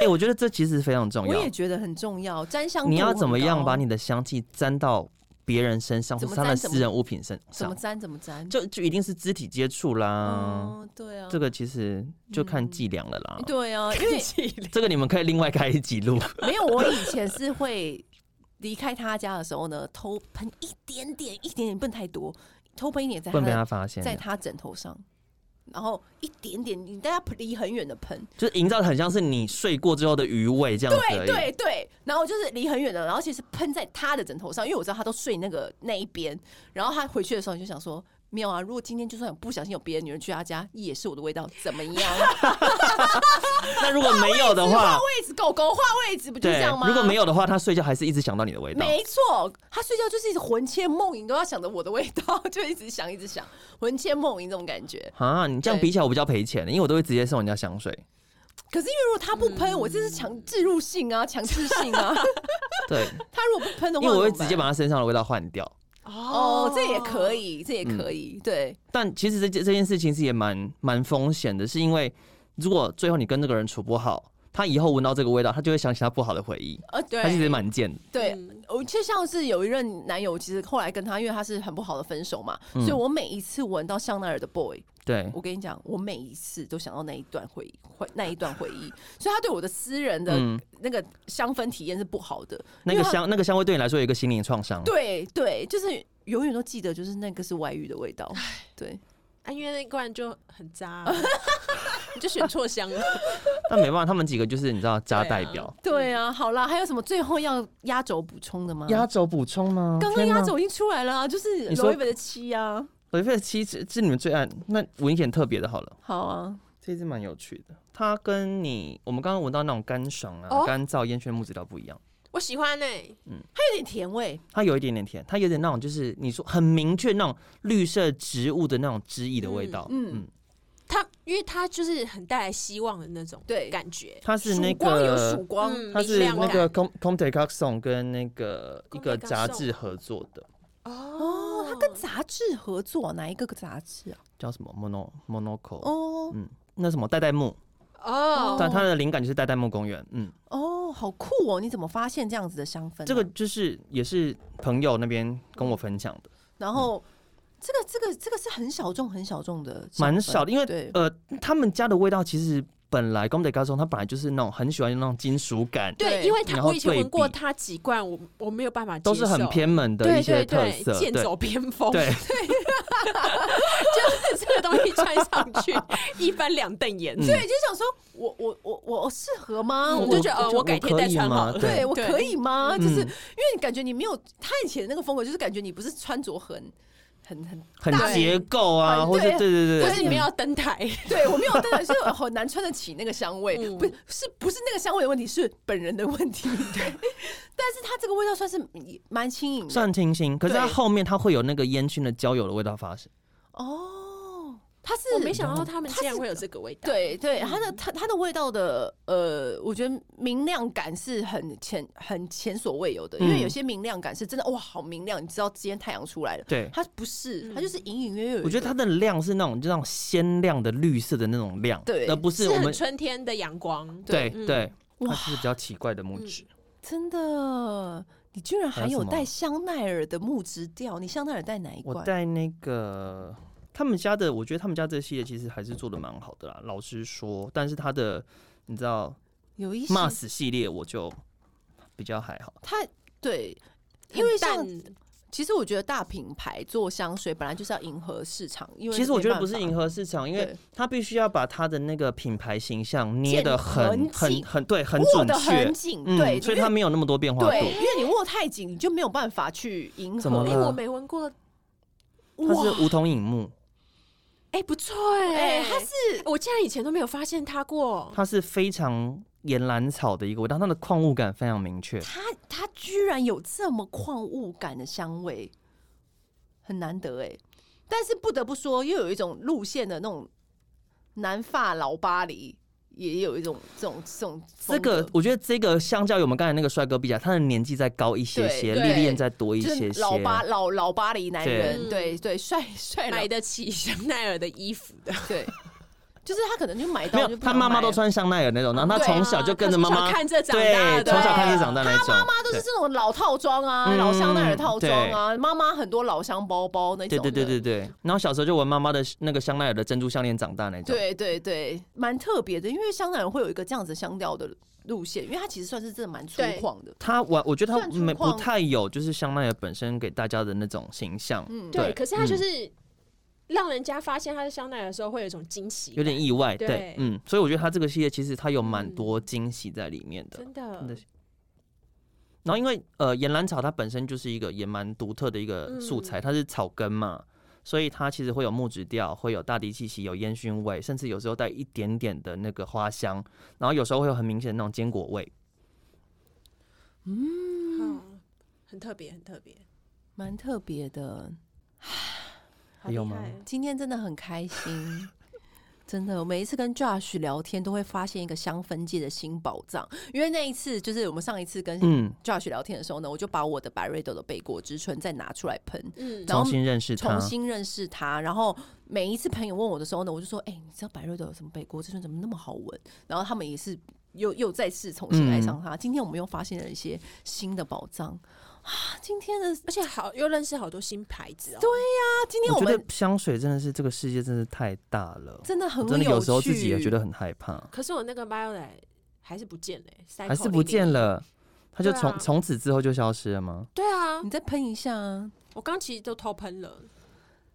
Speaker 2: 哎、我觉得这其实非常重
Speaker 1: 我
Speaker 2: 要
Speaker 1: 也。觉得很重要，沾香度
Speaker 2: 你要
Speaker 1: 很
Speaker 2: 怎么样
Speaker 1: 高啊
Speaker 2: 把你的香气沾到别人身上，或
Speaker 1: 怎么
Speaker 2: 是他的
Speaker 1: 沾怎么
Speaker 2: 私人物品身
Speaker 1: 怎么
Speaker 2: 上？
Speaker 1: 沾怎么沾？
Speaker 2: 就就一定是肢体接触啦。
Speaker 1: 嗯，对啊，
Speaker 2: 这个其实就看伎俩了啦。
Speaker 1: 对啊，因为
Speaker 2: 这个你们可以另外开一集 录。
Speaker 1: 没有，我以前是会离开他家的时候呢，偷喷一点点，一点点，不能太多，偷喷一点在
Speaker 2: 不
Speaker 1: 他
Speaker 2: 能被他
Speaker 1: 的
Speaker 2: 发现，
Speaker 1: 在他枕头上，然后一点点，你大家离很远的喷，
Speaker 2: 就是营造得很像是你睡过之后的余味这样子而
Speaker 1: 对
Speaker 2: 已。
Speaker 1: 对对，然后就是离很远的，然后其实喷在他的枕头上，因为我知道他都睡那个那一边，然后他回去的时候就想说。没有啊！如果今天就算有不小心有别的女人去他家，也是我的味道，怎么 样？
Speaker 2: 那如果没 有的
Speaker 1: 画
Speaker 2: 话，
Speaker 1: 位置，狗狗画位置，不就这
Speaker 2: 对
Speaker 1: 样，吗？
Speaker 2: 如果没有的话，他睡觉还是一直想到你的味道。
Speaker 1: 没错，他睡觉就是一直魂牵梦萦，都要想着我的味道，就一直想，一直想，魂牵梦萦这种感觉。
Speaker 2: 啊，你这样
Speaker 1: 对
Speaker 2: 比起来，我比较赔钱，因为我都会直接送人家香 水。
Speaker 1: 可是因为如果他不喷，我这是强制入性啊，强制性 啊。
Speaker 2: 对，
Speaker 1: 他如果不喷的话，
Speaker 2: 因为我会
Speaker 1: 怎么办
Speaker 2: 直接把他身上的味道换掉。
Speaker 1: 哦，这也可
Speaker 3: 以。
Speaker 1: 以，这也可以，对
Speaker 2: 但其实这件这件事情是也蛮蛮风险的，是因为如果最后你跟这个人处不好，他以后闻到这个味道，他就会想起他不好的回忆。
Speaker 1: 呃
Speaker 2: 他其
Speaker 1: 对
Speaker 2: 实蛮贱的，
Speaker 1: 对。
Speaker 3: 嗯
Speaker 1: 我就像是有一任男友，其实后来跟他，因为他是很不好的分手嘛，
Speaker 2: 嗯
Speaker 1: 所以我每一次闻到香奈儿的 boy，
Speaker 2: 对
Speaker 1: 我跟你讲，我每一次都想到那一段回忆，回那一段回忆，所以他对我的私人的
Speaker 2: 嗯
Speaker 1: 那个香氛体验是不好的。
Speaker 2: 那
Speaker 1: 因
Speaker 2: 个
Speaker 1: 为他
Speaker 2: 香那个香味对你来说有一个心灵创伤。
Speaker 1: 对对，就是永远都记得，就是那个是外遇的味道。对，
Speaker 3: 啊，因为那罐就很渣啊， 你就选错香了。
Speaker 2: 但没办法，他们几个就是你知道渣
Speaker 3: 对啊
Speaker 2: 代表。
Speaker 1: 对啊，好啦，还有什么最后要压轴补充的吗？
Speaker 2: 压轴补充
Speaker 1: 啊
Speaker 2: 吗？
Speaker 1: 刚刚
Speaker 2: 天哪
Speaker 1: 压，轴已经出来了、啊，就是
Speaker 2: 你说
Speaker 1: 罗一本的七啊，
Speaker 2: 我觉得七是是你们最爱。那闻一点特别的好了，
Speaker 1: 好啊，
Speaker 2: 这一支蛮有趣的。它跟你我们刚刚闻到那种干爽啊、
Speaker 3: 哦
Speaker 2: 干燥、烟熏木质调不一样。
Speaker 3: 我喜欢欸呢、
Speaker 1: 它有点甜味，
Speaker 2: 它有一点点甜，它有点那种就是你说很明确那种绿色植物的那种汁液的味道。嗯，
Speaker 1: 嗯
Speaker 3: 它，因为它就是很带来希望的那种
Speaker 1: 对
Speaker 3: 感觉。
Speaker 2: 它是
Speaker 1: 曙
Speaker 2: 那
Speaker 1: 光有曙
Speaker 2: 个
Speaker 1: 光，
Speaker 3: 嗯
Speaker 2: 它是那
Speaker 3: 明亮
Speaker 2: 个 Com Comte c o x o n 跟那个一个
Speaker 3: Comte Coxon
Speaker 2: 杂志合作的，
Speaker 3: 哦
Speaker 1: 哦，它跟杂志合作，哪一个杂志啊？
Speaker 2: 叫什么 Mono Monoco？、
Speaker 1: 哦
Speaker 2: 嗯，那什么代代木，
Speaker 3: 哦，
Speaker 2: 但它的灵感就是代代木公园。嗯，
Speaker 1: 哦，好酷哦！你怎么发现这样子的香氛啊、
Speaker 2: 这个就是也是朋友那边跟我分享的，
Speaker 1: 然后这个这个这个是很小众很小众的香氛，
Speaker 2: 蛮少的，因为
Speaker 1: 对
Speaker 2: 呃他们家的味道其实本来 Comte c o x o n 它本来就是那种很喜欢那种金属感。
Speaker 3: 对，
Speaker 1: 对
Speaker 3: 因为它
Speaker 2: 然后
Speaker 3: 我以前
Speaker 2: 对
Speaker 3: 闻过
Speaker 2: 比
Speaker 3: 它几罐，我我没有办法接受，
Speaker 2: 都是很偏门的
Speaker 3: 对
Speaker 2: 一些
Speaker 3: 对
Speaker 2: 特
Speaker 3: 对
Speaker 2: 色，，
Speaker 3: 剑走偏锋，
Speaker 2: 对，
Speaker 3: 就是 这个东西穿上去一翻两瞪眼，
Speaker 2: 嗯
Speaker 1: 对，就想说我我我我适合吗？
Speaker 3: 嗯
Speaker 1: 我
Speaker 3: 我就觉得呃，
Speaker 2: 我
Speaker 3: 我改天再穿好了。
Speaker 2: 我可以吗
Speaker 1: 对
Speaker 2: 对
Speaker 1: 我可以吗？
Speaker 2: 嗯
Speaker 1: 就是因为你感觉你没有他以前的那个风格，就是感觉你不是穿着很很很，
Speaker 2: 很
Speaker 1: 大
Speaker 2: 结构啊，
Speaker 1: 很
Speaker 2: 或者
Speaker 1: 对
Speaker 2: 对 对
Speaker 3: 可
Speaker 2: 对
Speaker 3: 是你们要登 台，
Speaker 1: 对我没有，但 然是很难穿得起那个香味，
Speaker 3: 嗯
Speaker 1: 不是是不是那个香味的问题，是本人的问题。 对，但是它这个味道算是蛮轻盈的
Speaker 2: 算清新。可是它
Speaker 1: 对
Speaker 2: 后面它会有那个烟熏的焦油的味道发生，
Speaker 1: 哦，它是
Speaker 3: 我没想到他们
Speaker 1: 它是
Speaker 3: 竟然会有这个味道。
Speaker 1: 对对，
Speaker 2: 嗯
Speaker 1: 它的它它的味道的呃，我觉得明亮感是很前很前所未有的，因为
Speaker 2: 嗯
Speaker 1: 有些明亮感是真的哇，好明亮，你知道今天太阳出来了。
Speaker 2: 对。
Speaker 1: 它不是，
Speaker 3: 嗯
Speaker 1: 它就是隐隐约约有一个。
Speaker 2: 我觉得它的亮是那种就那种鲜亮的绿色的那种亮，
Speaker 1: 对
Speaker 2: 而不是
Speaker 3: 是
Speaker 2: 我
Speaker 3: 很
Speaker 2: 们
Speaker 3: 春天的阳光，
Speaker 2: 对
Speaker 3: 嗯
Speaker 2: 对，它是比较奇怪的木质。
Speaker 1: 真的，你居然还
Speaker 2: 还有
Speaker 1: 有
Speaker 2: 什么
Speaker 1: 带香奈儿的木质调？你香奈儿带哪一
Speaker 2: 我
Speaker 1: 罐？
Speaker 2: 带那个他们家的，我觉得他们家这系列其实还是做的蛮好的啦。老实说，但是它的你知道
Speaker 1: 有一些
Speaker 2: Mars 系列我就比较还好。
Speaker 1: 它对，因为像
Speaker 3: 很淡
Speaker 1: 其实我觉得大品牌做香水本来就是要迎合市场，因为
Speaker 2: 其实我觉得不是
Speaker 1: 没办法
Speaker 2: 迎合市场，因为
Speaker 1: 对
Speaker 2: 它必须要把它的那个品牌形象捏得
Speaker 1: 建
Speaker 2: 很
Speaker 1: 很
Speaker 2: 很
Speaker 1: 紧
Speaker 2: 很对，很
Speaker 1: 握
Speaker 2: 准
Speaker 1: 得
Speaker 2: 确
Speaker 1: 很。紧，
Speaker 2: 嗯，
Speaker 1: 对，
Speaker 2: 所以
Speaker 1: 因
Speaker 2: 它
Speaker 1: 为
Speaker 2: 没有那么多变化
Speaker 1: 对，
Speaker 2: 度。
Speaker 1: 因为你握太紧，你就没有办法去迎
Speaker 2: 怎么
Speaker 1: 合
Speaker 3: 哎、
Speaker 2: 了。
Speaker 3: 我没闻过，
Speaker 2: 它是梧桐影幕，
Speaker 3: 哎、不错哎、
Speaker 1: 哎，它是
Speaker 3: 我竟然以前都没有发现它过，
Speaker 2: 它是非常岩兰草的一个味道，它的矿物感非常明确。
Speaker 1: 它它居然有这么矿物感的香味，很难得哎。但是不得不说，又有一种路线的那种南发老巴黎，也有一种这种这种
Speaker 2: 这
Speaker 1: 风格
Speaker 2: 个我觉得这个相较于我们刚才那个帅哥比较，他的年纪再高一些些，
Speaker 1: 对
Speaker 2: 历
Speaker 1: 对
Speaker 2: 练再多一
Speaker 1: 就
Speaker 2: 些
Speaker 1: 是
Speaker 2: 些。
Speaker 1: 老巴老老巴黎男人，对
Speaker 3: 对
Speaker 1: 对，帅帅老
Speaker 3: 买得起香奈儿的衣服的，
Speaker 1: 对， 就是他可能就买
Speaker 2: 没
Speaker 1: 到
Speaker 2: 有，
Speaker 1: 就不
Speaker 2: 他
Speaker 1: 想
Speaker 2: 妈妈
Speaker 1: 买
Speaker 2: 都
Speaker 1: 了
Speaker 2: 穿香奈儿那种，然后他
Speaker 1: 对啊
Speaker 2: 从小就跟着妈
Speaker 3: 她从
Speaker 2: 妈
Speaker 3: 小，看着长大
Speaker 2: 对，
Speaker 3: 的，
Speaker 2: 从小看着长大那种。
Speaker 1: 他妈妈都是这种老套装啊，
Speaker 2: 嗯
Speaker 1: 老香奈儿套装啊，妈妈很多老香包包那种
Speaker 2: 对
Speaker 1: 的。
Speaker 2: 对对对对，然后小时候就闻妈妈的那个香奈儿的珍珠项链长大那种。
Speaker 1: 对对对，蛮特别的，因为香奈儿会有一个这样子香调的路线，因为它其实算是真的蛮粗
Speaker 3: 对
Speaker 1: 犷的。
Speaker 2: 他我我觉得他
Speaker 1: 算粗
Speaker 2: 没不
Speaker 1: 犷
Speaker 2: 太有就是香奈儿本身给大家的那种形象，
Speaker 1: 嗯
Speaker 3: 对，可是它就
Speaker 2: 嗯
Speaker 3: 是让人家发现它是香奈儿的时候，会有一种惊喜感，
Speaker 2: 有点意外，
Speaker 3: 对
Speaker 2: 对，嗯，所以我觉得他这个系列其实他有蛮
Speaker 3: 嗯
Speaker 2: 多惊喜在里面的。
Speaker 3: 真
Speaker 2: 真的
Speaker 3: 的
Speaker 2: 是。然后因为呃，岩兰草它本身就是一个也蛮独特的一
Speaker 1: 嗯
Speaker 2: 个素材，它是草根嘛，所以它其实会有木质调，会有大地气息，有烟熏味，甚至有时候带一点点的那个花香，然后有时候会有很明显的那种坚果味。
Speaker 3: 嗯很特别，很特别，
Speaker 1: 蛮特别的。
Speaker 3: 好
Speaker 2: 还有
Speaker 3: 厉
Speaker 2: 吗
Speaker 3: 害
Speaker 1: 今天真的很开心。 真的，我每一次跟 Josh 聊天都会发现一个香氛界的新宝藏。因为那一次，就是我们上一次跟
Speaker 2: 嗯，
Speaker 1: Josh 聊天的时候呢，我就把我的百瑞豆的贝果之春再拿出来喷，
Speaker 3: 嗯，
Speaker 1: 然后
Speaker 2: 重新认识它
Speaker 1: 重，新认识他。然后每一次朋友问我的时候呢，我就说：“哎、你知道百瑞豆有什么北国之春怎么那么好闻？”然后他们也是又又再次重新爱上
Speaker 2: 嗯
Speaker 1: 它。今天我们又发现了一些新的宝藏啊！今天的
Speaker 3: 而且好又认识好多新牌子哦，
Speaker 1: 啊，今天
Speaker 2: 我
Speaker 1: 我
Speaker 2: 觉得
Speaker 1: 们
Speaker 2: 香水真的是这个世界真的是太大了，
Speaker 1: 真的很
Speaker 2: 我真的有时候自己也
Speaker 1: 趣
Speaker 2: 觉得很害怕，
Speaker 3: 可是我那个 Violet 还是不见了、欸，
Speaker 2: 还是不见。了，它就
Speaker 3: 对啊
Speaker 2: 从从此之后就消失了吗？
Speaker 3: 对啊
Speaker 1: 你，再喷一下啊。
Speaker 3: 我刚其实都偷喷了，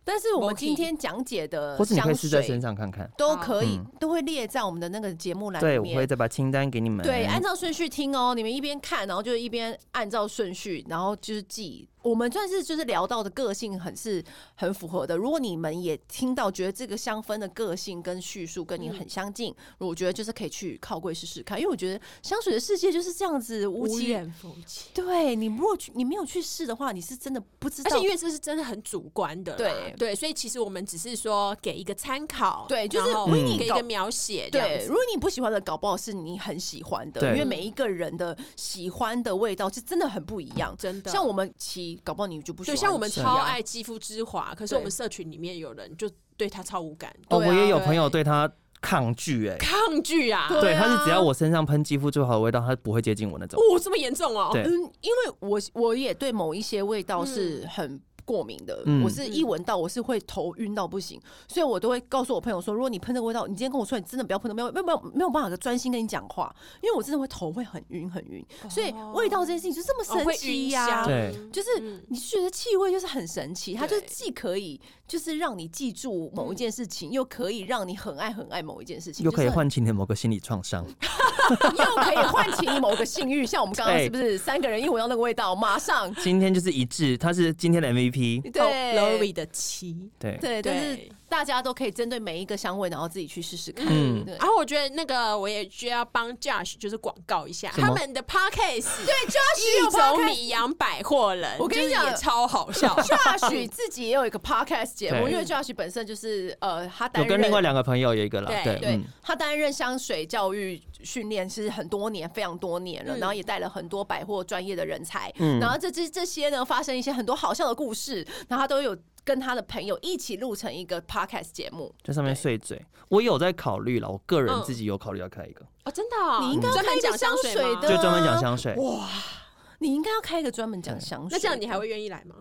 Speaker 1: 但是我
Speaker 3: 没
Speaker 1: 们
Speaker 3: 气
Speaker 1: 今天讲解的
Speaker 2: 或是你可以
Speaker 1: 呃香
Speaker 2: 试在身
Speaker 1: 水
Speaker 2: 上看看，
Speaker 1: 都可以
Speaker 2: 嗯，
Speaker 1: 都会列在我们的那个节目栏
Speaker 2: 对，
Speaker 1: 里
Speaker 2: 我会
Speaker 1: 面。
Speaker 2: 再把清单给你们。
Speaker 1: 对，按照顺序听哦。你们一边看，然后就一边按照顺序，然后就是记。我们算是就是聊到的个性很是很符合的。如果你们也听到觉得这个香氛的个性跟叙述跟你很相近，我觉得就是可以去靠柜试试看，因为我觉得香水的世界就是这样子无
Speaker 3: 无
Speaker 1: 奇。
Speaker 3: 人风情。
Speaker 1: 对你如果去你没有去试的话，你是真的不知
Speaker 3: 而
Speaker 1: 道
Speaker 3: 且。因为这是真的很主观的啦，
Speaker 1: 对
Speaker 3: 对，所以其实我们只是说给一个参考，
Speaker 1: 对就是
Speaker 3: 然后
Speaker 1: 为你
Speaker 3: 给一
Speaker 1: 搞
Speaker 3: 个描写，这样
Speaker 1: 对，
Speaker 3: 子
Speaker 1: 如果你不喜欢的，搞不好是你很喜欢的，
Speaker 2: 对
Speaker 1: 因为每一个人的喜欢的味道是真的很不一样。
Speaker 3: 真的
Speaker 1: 像我们骑，搞不好你就不喜
Speaker 3: 就
Speaker 1: 欢骑啊。
Speaker 3: 像我们超爱肌肤之华，可是我
Speaker 1: 对
Speaker 3: 们社群里面有人就对他超无感，
Speaker 2: 哦，
Speaker 1: 对
Speaker 2: 我
Speaker 1: 啊
Speaker 2: 也有
Speaker 1: 对
Speaker 2: 朋友对它抗拒、哎，
Speaker 3: 抗拒啊！
Speaker 1: 对
Speaker 2: 对，
Speaker 1: 啊
Speaker 2: 他是只要我身上喷肌肤最好的味道，他不会接近我那种。
Speaker 3: 哦，这么严重哦，
Speaker 2: 对
Speaker 1: 嗯，因为我我也对某一些味道
Speaker 3: 嗯
Speaker 1: 是很过敏的，
Speaker 2: 嗯
Speaker 1: 我是一闻到我是会头晕到不行，所以我都会告诉我朋友说，如果你喷这个味道，你今天跟我说你真的不要喷的，没有没有没有没有办法专心跟你讲话，因为我真的会头会很晕很晕，所以味道这件事情就这么
Speaker 3: 哦
Speaker 1: 神
Speaker 3: 会
Speaker 1: 奇
Speaker 3: 晕
Speaker 1: 呀、
Speaker 3: 香，
Speaker 2: 对
Speaker 1: 就是
Speaker 3: 嗯
Speaker 1: 你就觉得气味就是很神奇，它就
Speaker 3: 对嗯
Speaker 1: 既可以就是让你记住某一件事情，又可以让你很爱很爱某一件事情，
Speaker 2: 又可以
Speaker 1: 就是很，
Speaker 2: 唤起你的某个心理 创伤，
Speaker 1: 又可以唤起你某个性欲。像我们刚刚
Speaker 2: 对
Speaker 1: 是不是三个人一闻到那个味道，马上
Speaker 2: 今天就是一致，他是今天的 MVP，
Speaker 1: 对
Speaker 3: Lori 的妻，
Speaker 2: 对，
Speaker 1: 对，但是
Speaker 3: 对
Speaker 1: 大家都可以针对每一个香味，然后哦自己去试试看。
Speaker 2: 嗯
Speaker 1: 对
Speaker 3: 然。后我觉得那个我也需要帮 Josh 就是广告一下
Speaker 2: 什么
Speaker 3: 他们的 Podcast，对啊
Speaker 1: Josh 有
Speaker 3: 一种
Speaker 1: podcast
Speaker 3: 米阳百货人，
Speaker 1: 我跟你
Speaker 3: 就是
Speaker 1: 讲。
Speaker 3: 也超好笑
Speaker 1: Josh 自己也有一个 podcast 节目，
Speaker 2: 对
Speaker 1: 因为 Josh 本身就是呃，他担
Speaker 2: 有
Speaker 1: 任
Speaker 2: 跟另外两个朋友有一个啦，
Speaker 3: 对
Speaker 1: 对
Speaker 2: 嗯，
Speaker 1: 他担任香水教育训练是很多年，非常多年了，
Speaker 3: 嗯
Speaker 1: 然后也带了很多百货专业的人才，
Speaker 2: 嗯
Speaker 1: 然后这这这些呢，发生一些很多好笑的故事，然后他都有跟他的朋友一起录成一个 podcast 节目。
Speaker 2: 在上面碎嘴。我有在考虑了，我个人自己有考虑要开一个，
Speaker 3: 哦，真的哦、
Speaker 1: 你应该要
Speaker 3: 专
Speaker 1: 开
Speaker 3: 门
Speaker 1: 一个
Speaker 3: 讲香
Speaker 1: 香
Speaker 3: 水
Speaker 1: 水
Speaker 3: 吗
Speaker 1: 的
Speaker 2: 就专门讲香水。
Speaker 1: 你应该要开一个专门讲香水。
Speaker 3: 那这样你还会愿意来 吗？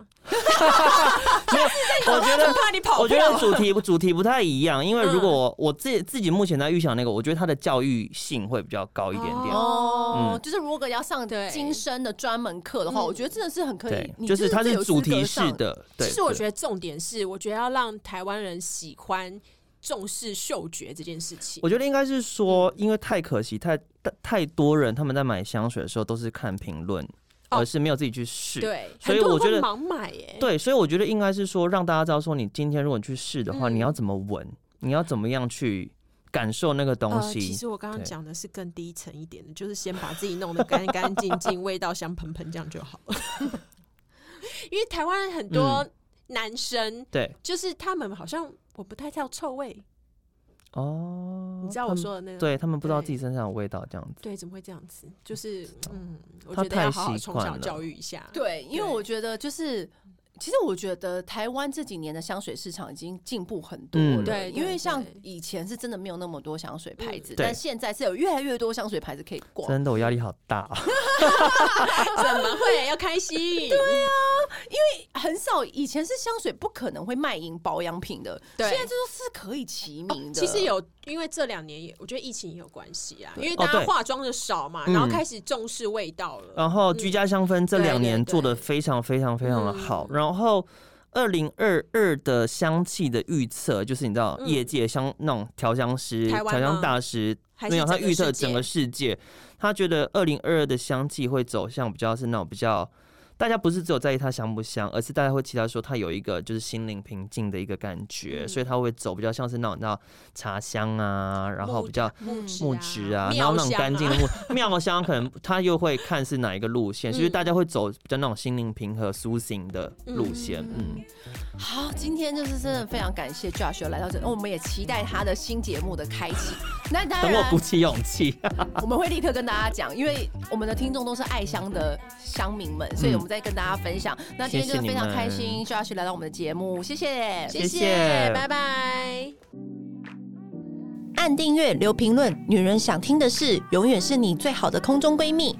Speaker 2: 我觉得。
Speaker 3: 怕你跑
Speaker 2: 我觉得
Speaker 3: 掉。
Speaker 2: 主题主题不太一样，因为
Speaker 1: 嗯
Speaker 2: 如果我自己自己目前在预想那个，我觉得它的教育性会比较高一点点。
Speaker 1: 哦，
Speaker 2: 嗯
Speaker 1: 就是如果要上
Speaker 3: 对
Speaker 1: 金生的专门课的话，
Speaker 3: 嗯
Speaker 1: 我觉得真的是很可以
Speaker 2: 对。，
Speaker 1: 你
Speaker 2: 就是它
Speaker 1: 最
Speaker 2: 是
Speaker 1: 有
Speaker 2: 主
Speaker 1: 资格
Speaker 2: 题式
Speaker 1: 上，
Speaker 2: 的。对，
Speaker 3: 其实我
Speaker 2: 对
Speaker 3: 觉得重点是，我觉得要让台湾人喜欢、重视嗅觉这件事情
Speaker 2: 我。觉得应该是
Speaker 3: 嗯
Speaker 2: 说，因为太可惜，太太太多人他们在买香水的时候都是看评论，
Speaker 3: 哦
Speaker 2: 而是没有自己去试。
Speaker 3: 对，
Speaker 2: 所以
Speaker 3: 很多人
Speaker 2: 我觉
Speaker 3: 会
Speaker 2: 得
Speaker 3: 盲买耶。
Speaker 2: 对，所以我觉得应该是说，让大家知道说，你今天如果你去试的话，
Speaker 3: 嗯
Speaker 2: 你要怎么闻，你要怎么样去感受那个东
Speaker 3: 呃，其
Speaker 2: 西。
Speaker 3: 实我刚刚
Speaker 2: 对
Speaker 3: 讲的是更低层一点的，就是先把自己弄得干干净 净，味道香喷喷，这样就好了。 因为台湾很多
Speaker 2: 嗯
Speaker 3: 男生，
Speaker 2: 对，
Speaker 3: 就是他们好像我不太知道臭味，
Speaker 2: 哦，
Speaker 3: 你知道
Speaker 2: 他
Speaker 3: 我
Speaker 2: 们
Speaker 3: 说的那个
Speaker 2: 对他们不知道
Speaker 3: 对
Speaker 2: 自己身上有味道这样子。
Speaker 3: 对，怎么会这样子？就是嗯，我
Speaker 2: 他
Speaker 3: 觉得要
Speaker 2: 太
Speaker 3: 好好
Speaker 2: 习
Speaker 3: 从
Speaker 2: 惯
Speaker 3: 小
Speaker 2: 了
Speaker 3: 教育一下。
Speaker 1: 对，因为
Speaker 3: 对
Speaker 1: 我觉得就是。其实我觉得台湾这几年的香水市场已经进步很多了，
Speaker 2: 嗯
Speaker 3: 对
Speaker 1: 因为
Speaker 3: 对
Speaker 1: 像
Speaker 3: 对
Speaker 1: 以前是真的没有那么多香水牌子，
Speaker 2: 对
Speaker 1: 但现在是有越来越多香水牌子可以逛。
Speaker 2: 真的，我压力好大、啊。
Speaker 3: 怎么会要开心？对啊，
Speaker 1: 很少以前是香水不可能会卖淫保养品的，
Speaker 3: 对哦
Speaker 1: 现在这都是可以齐名的。
Speaker 3: 其实有，因为这两年也我觉得疫情也有关系啊，因
Speaker 2: 对
Speaker 3: 为大
Speaker 2: 哦
Speaker 3: 家
Speaker 2: 对
Speaker 3: 化妆的少嘛，
Speaker 2: 嗯哦
Speaker 3: 然后开始重视味道了。
Speaker 2: 然后居家香氛这
Speaker 3: 嗯对
Speaker 2: 两
Speaker 3: 对
Speaker 2: 年
Speaker 3: 对
Speaker 2: 做的非常非常非常的好。
Speaker 3: 嗯
Speaker 2: 然后二零二二的香气的预测，就是你知道
Speaker 3: 嗯
Speaker 2: 业界香那种调香师、
Speaker 3: 台
Speaker 2: 调
Speaker 3: 湾吗
Speaker 2: 香大师，
Speaker 3: 还是
Speaker 2: 没有他
Speaker 3: 整个
Speaker 2: 预
Speaker 3: 世
Speaker 2: 测
Speaker 3: 界
Speaker 2: 整个世界，他觉得二零二二的香气会走向比较是那种比较。大家不是只有在意它香不香，而是大家会期待说它有一个就是心灵平静的一个感觉，
Speaker 3: 嗯
Speaker 2: 所以它会走比较像是那种你知道茶香啊，然后
Speaker 3: 木
Speaker 2: 比较
Speaker 3: 木
Speaker 1: 质
Speaker 2: 木质啊，然
Speaker 3: 妙
Speaker 2: 后那种
Speaker 3: 香
Speaker 2: 干净的
Speaker 3: 啊
Speaker 2: 木妙香，可能他又会看是哪一个路线，就是大家会走比较那种心灵平和、苏醒的路线。嗯，
Speaker 1: 好，今天就是真的非常感谢 Josh 有来到这里，哦我们也期待他的新节目的开 启。那当
Speaker 2: 等我
Speaker 1: 然
Speaker 2: 鼓，起勇气。
Speaker 1: 我们会立刻跟大家讲，因为我们的听众都是爱香的乡民们，所以我们再跟大家分享。
Speaker 2: 嗯
Speaker 1: 那今天就是非常开心，Josh 来到我们的节目，谢谢，
Speaker 2: 谢谢
Speaker 3: 拜拜。
Speaker 1: 按订阅，留评论，女人想听的事，永远是你最好的空中闺蜜。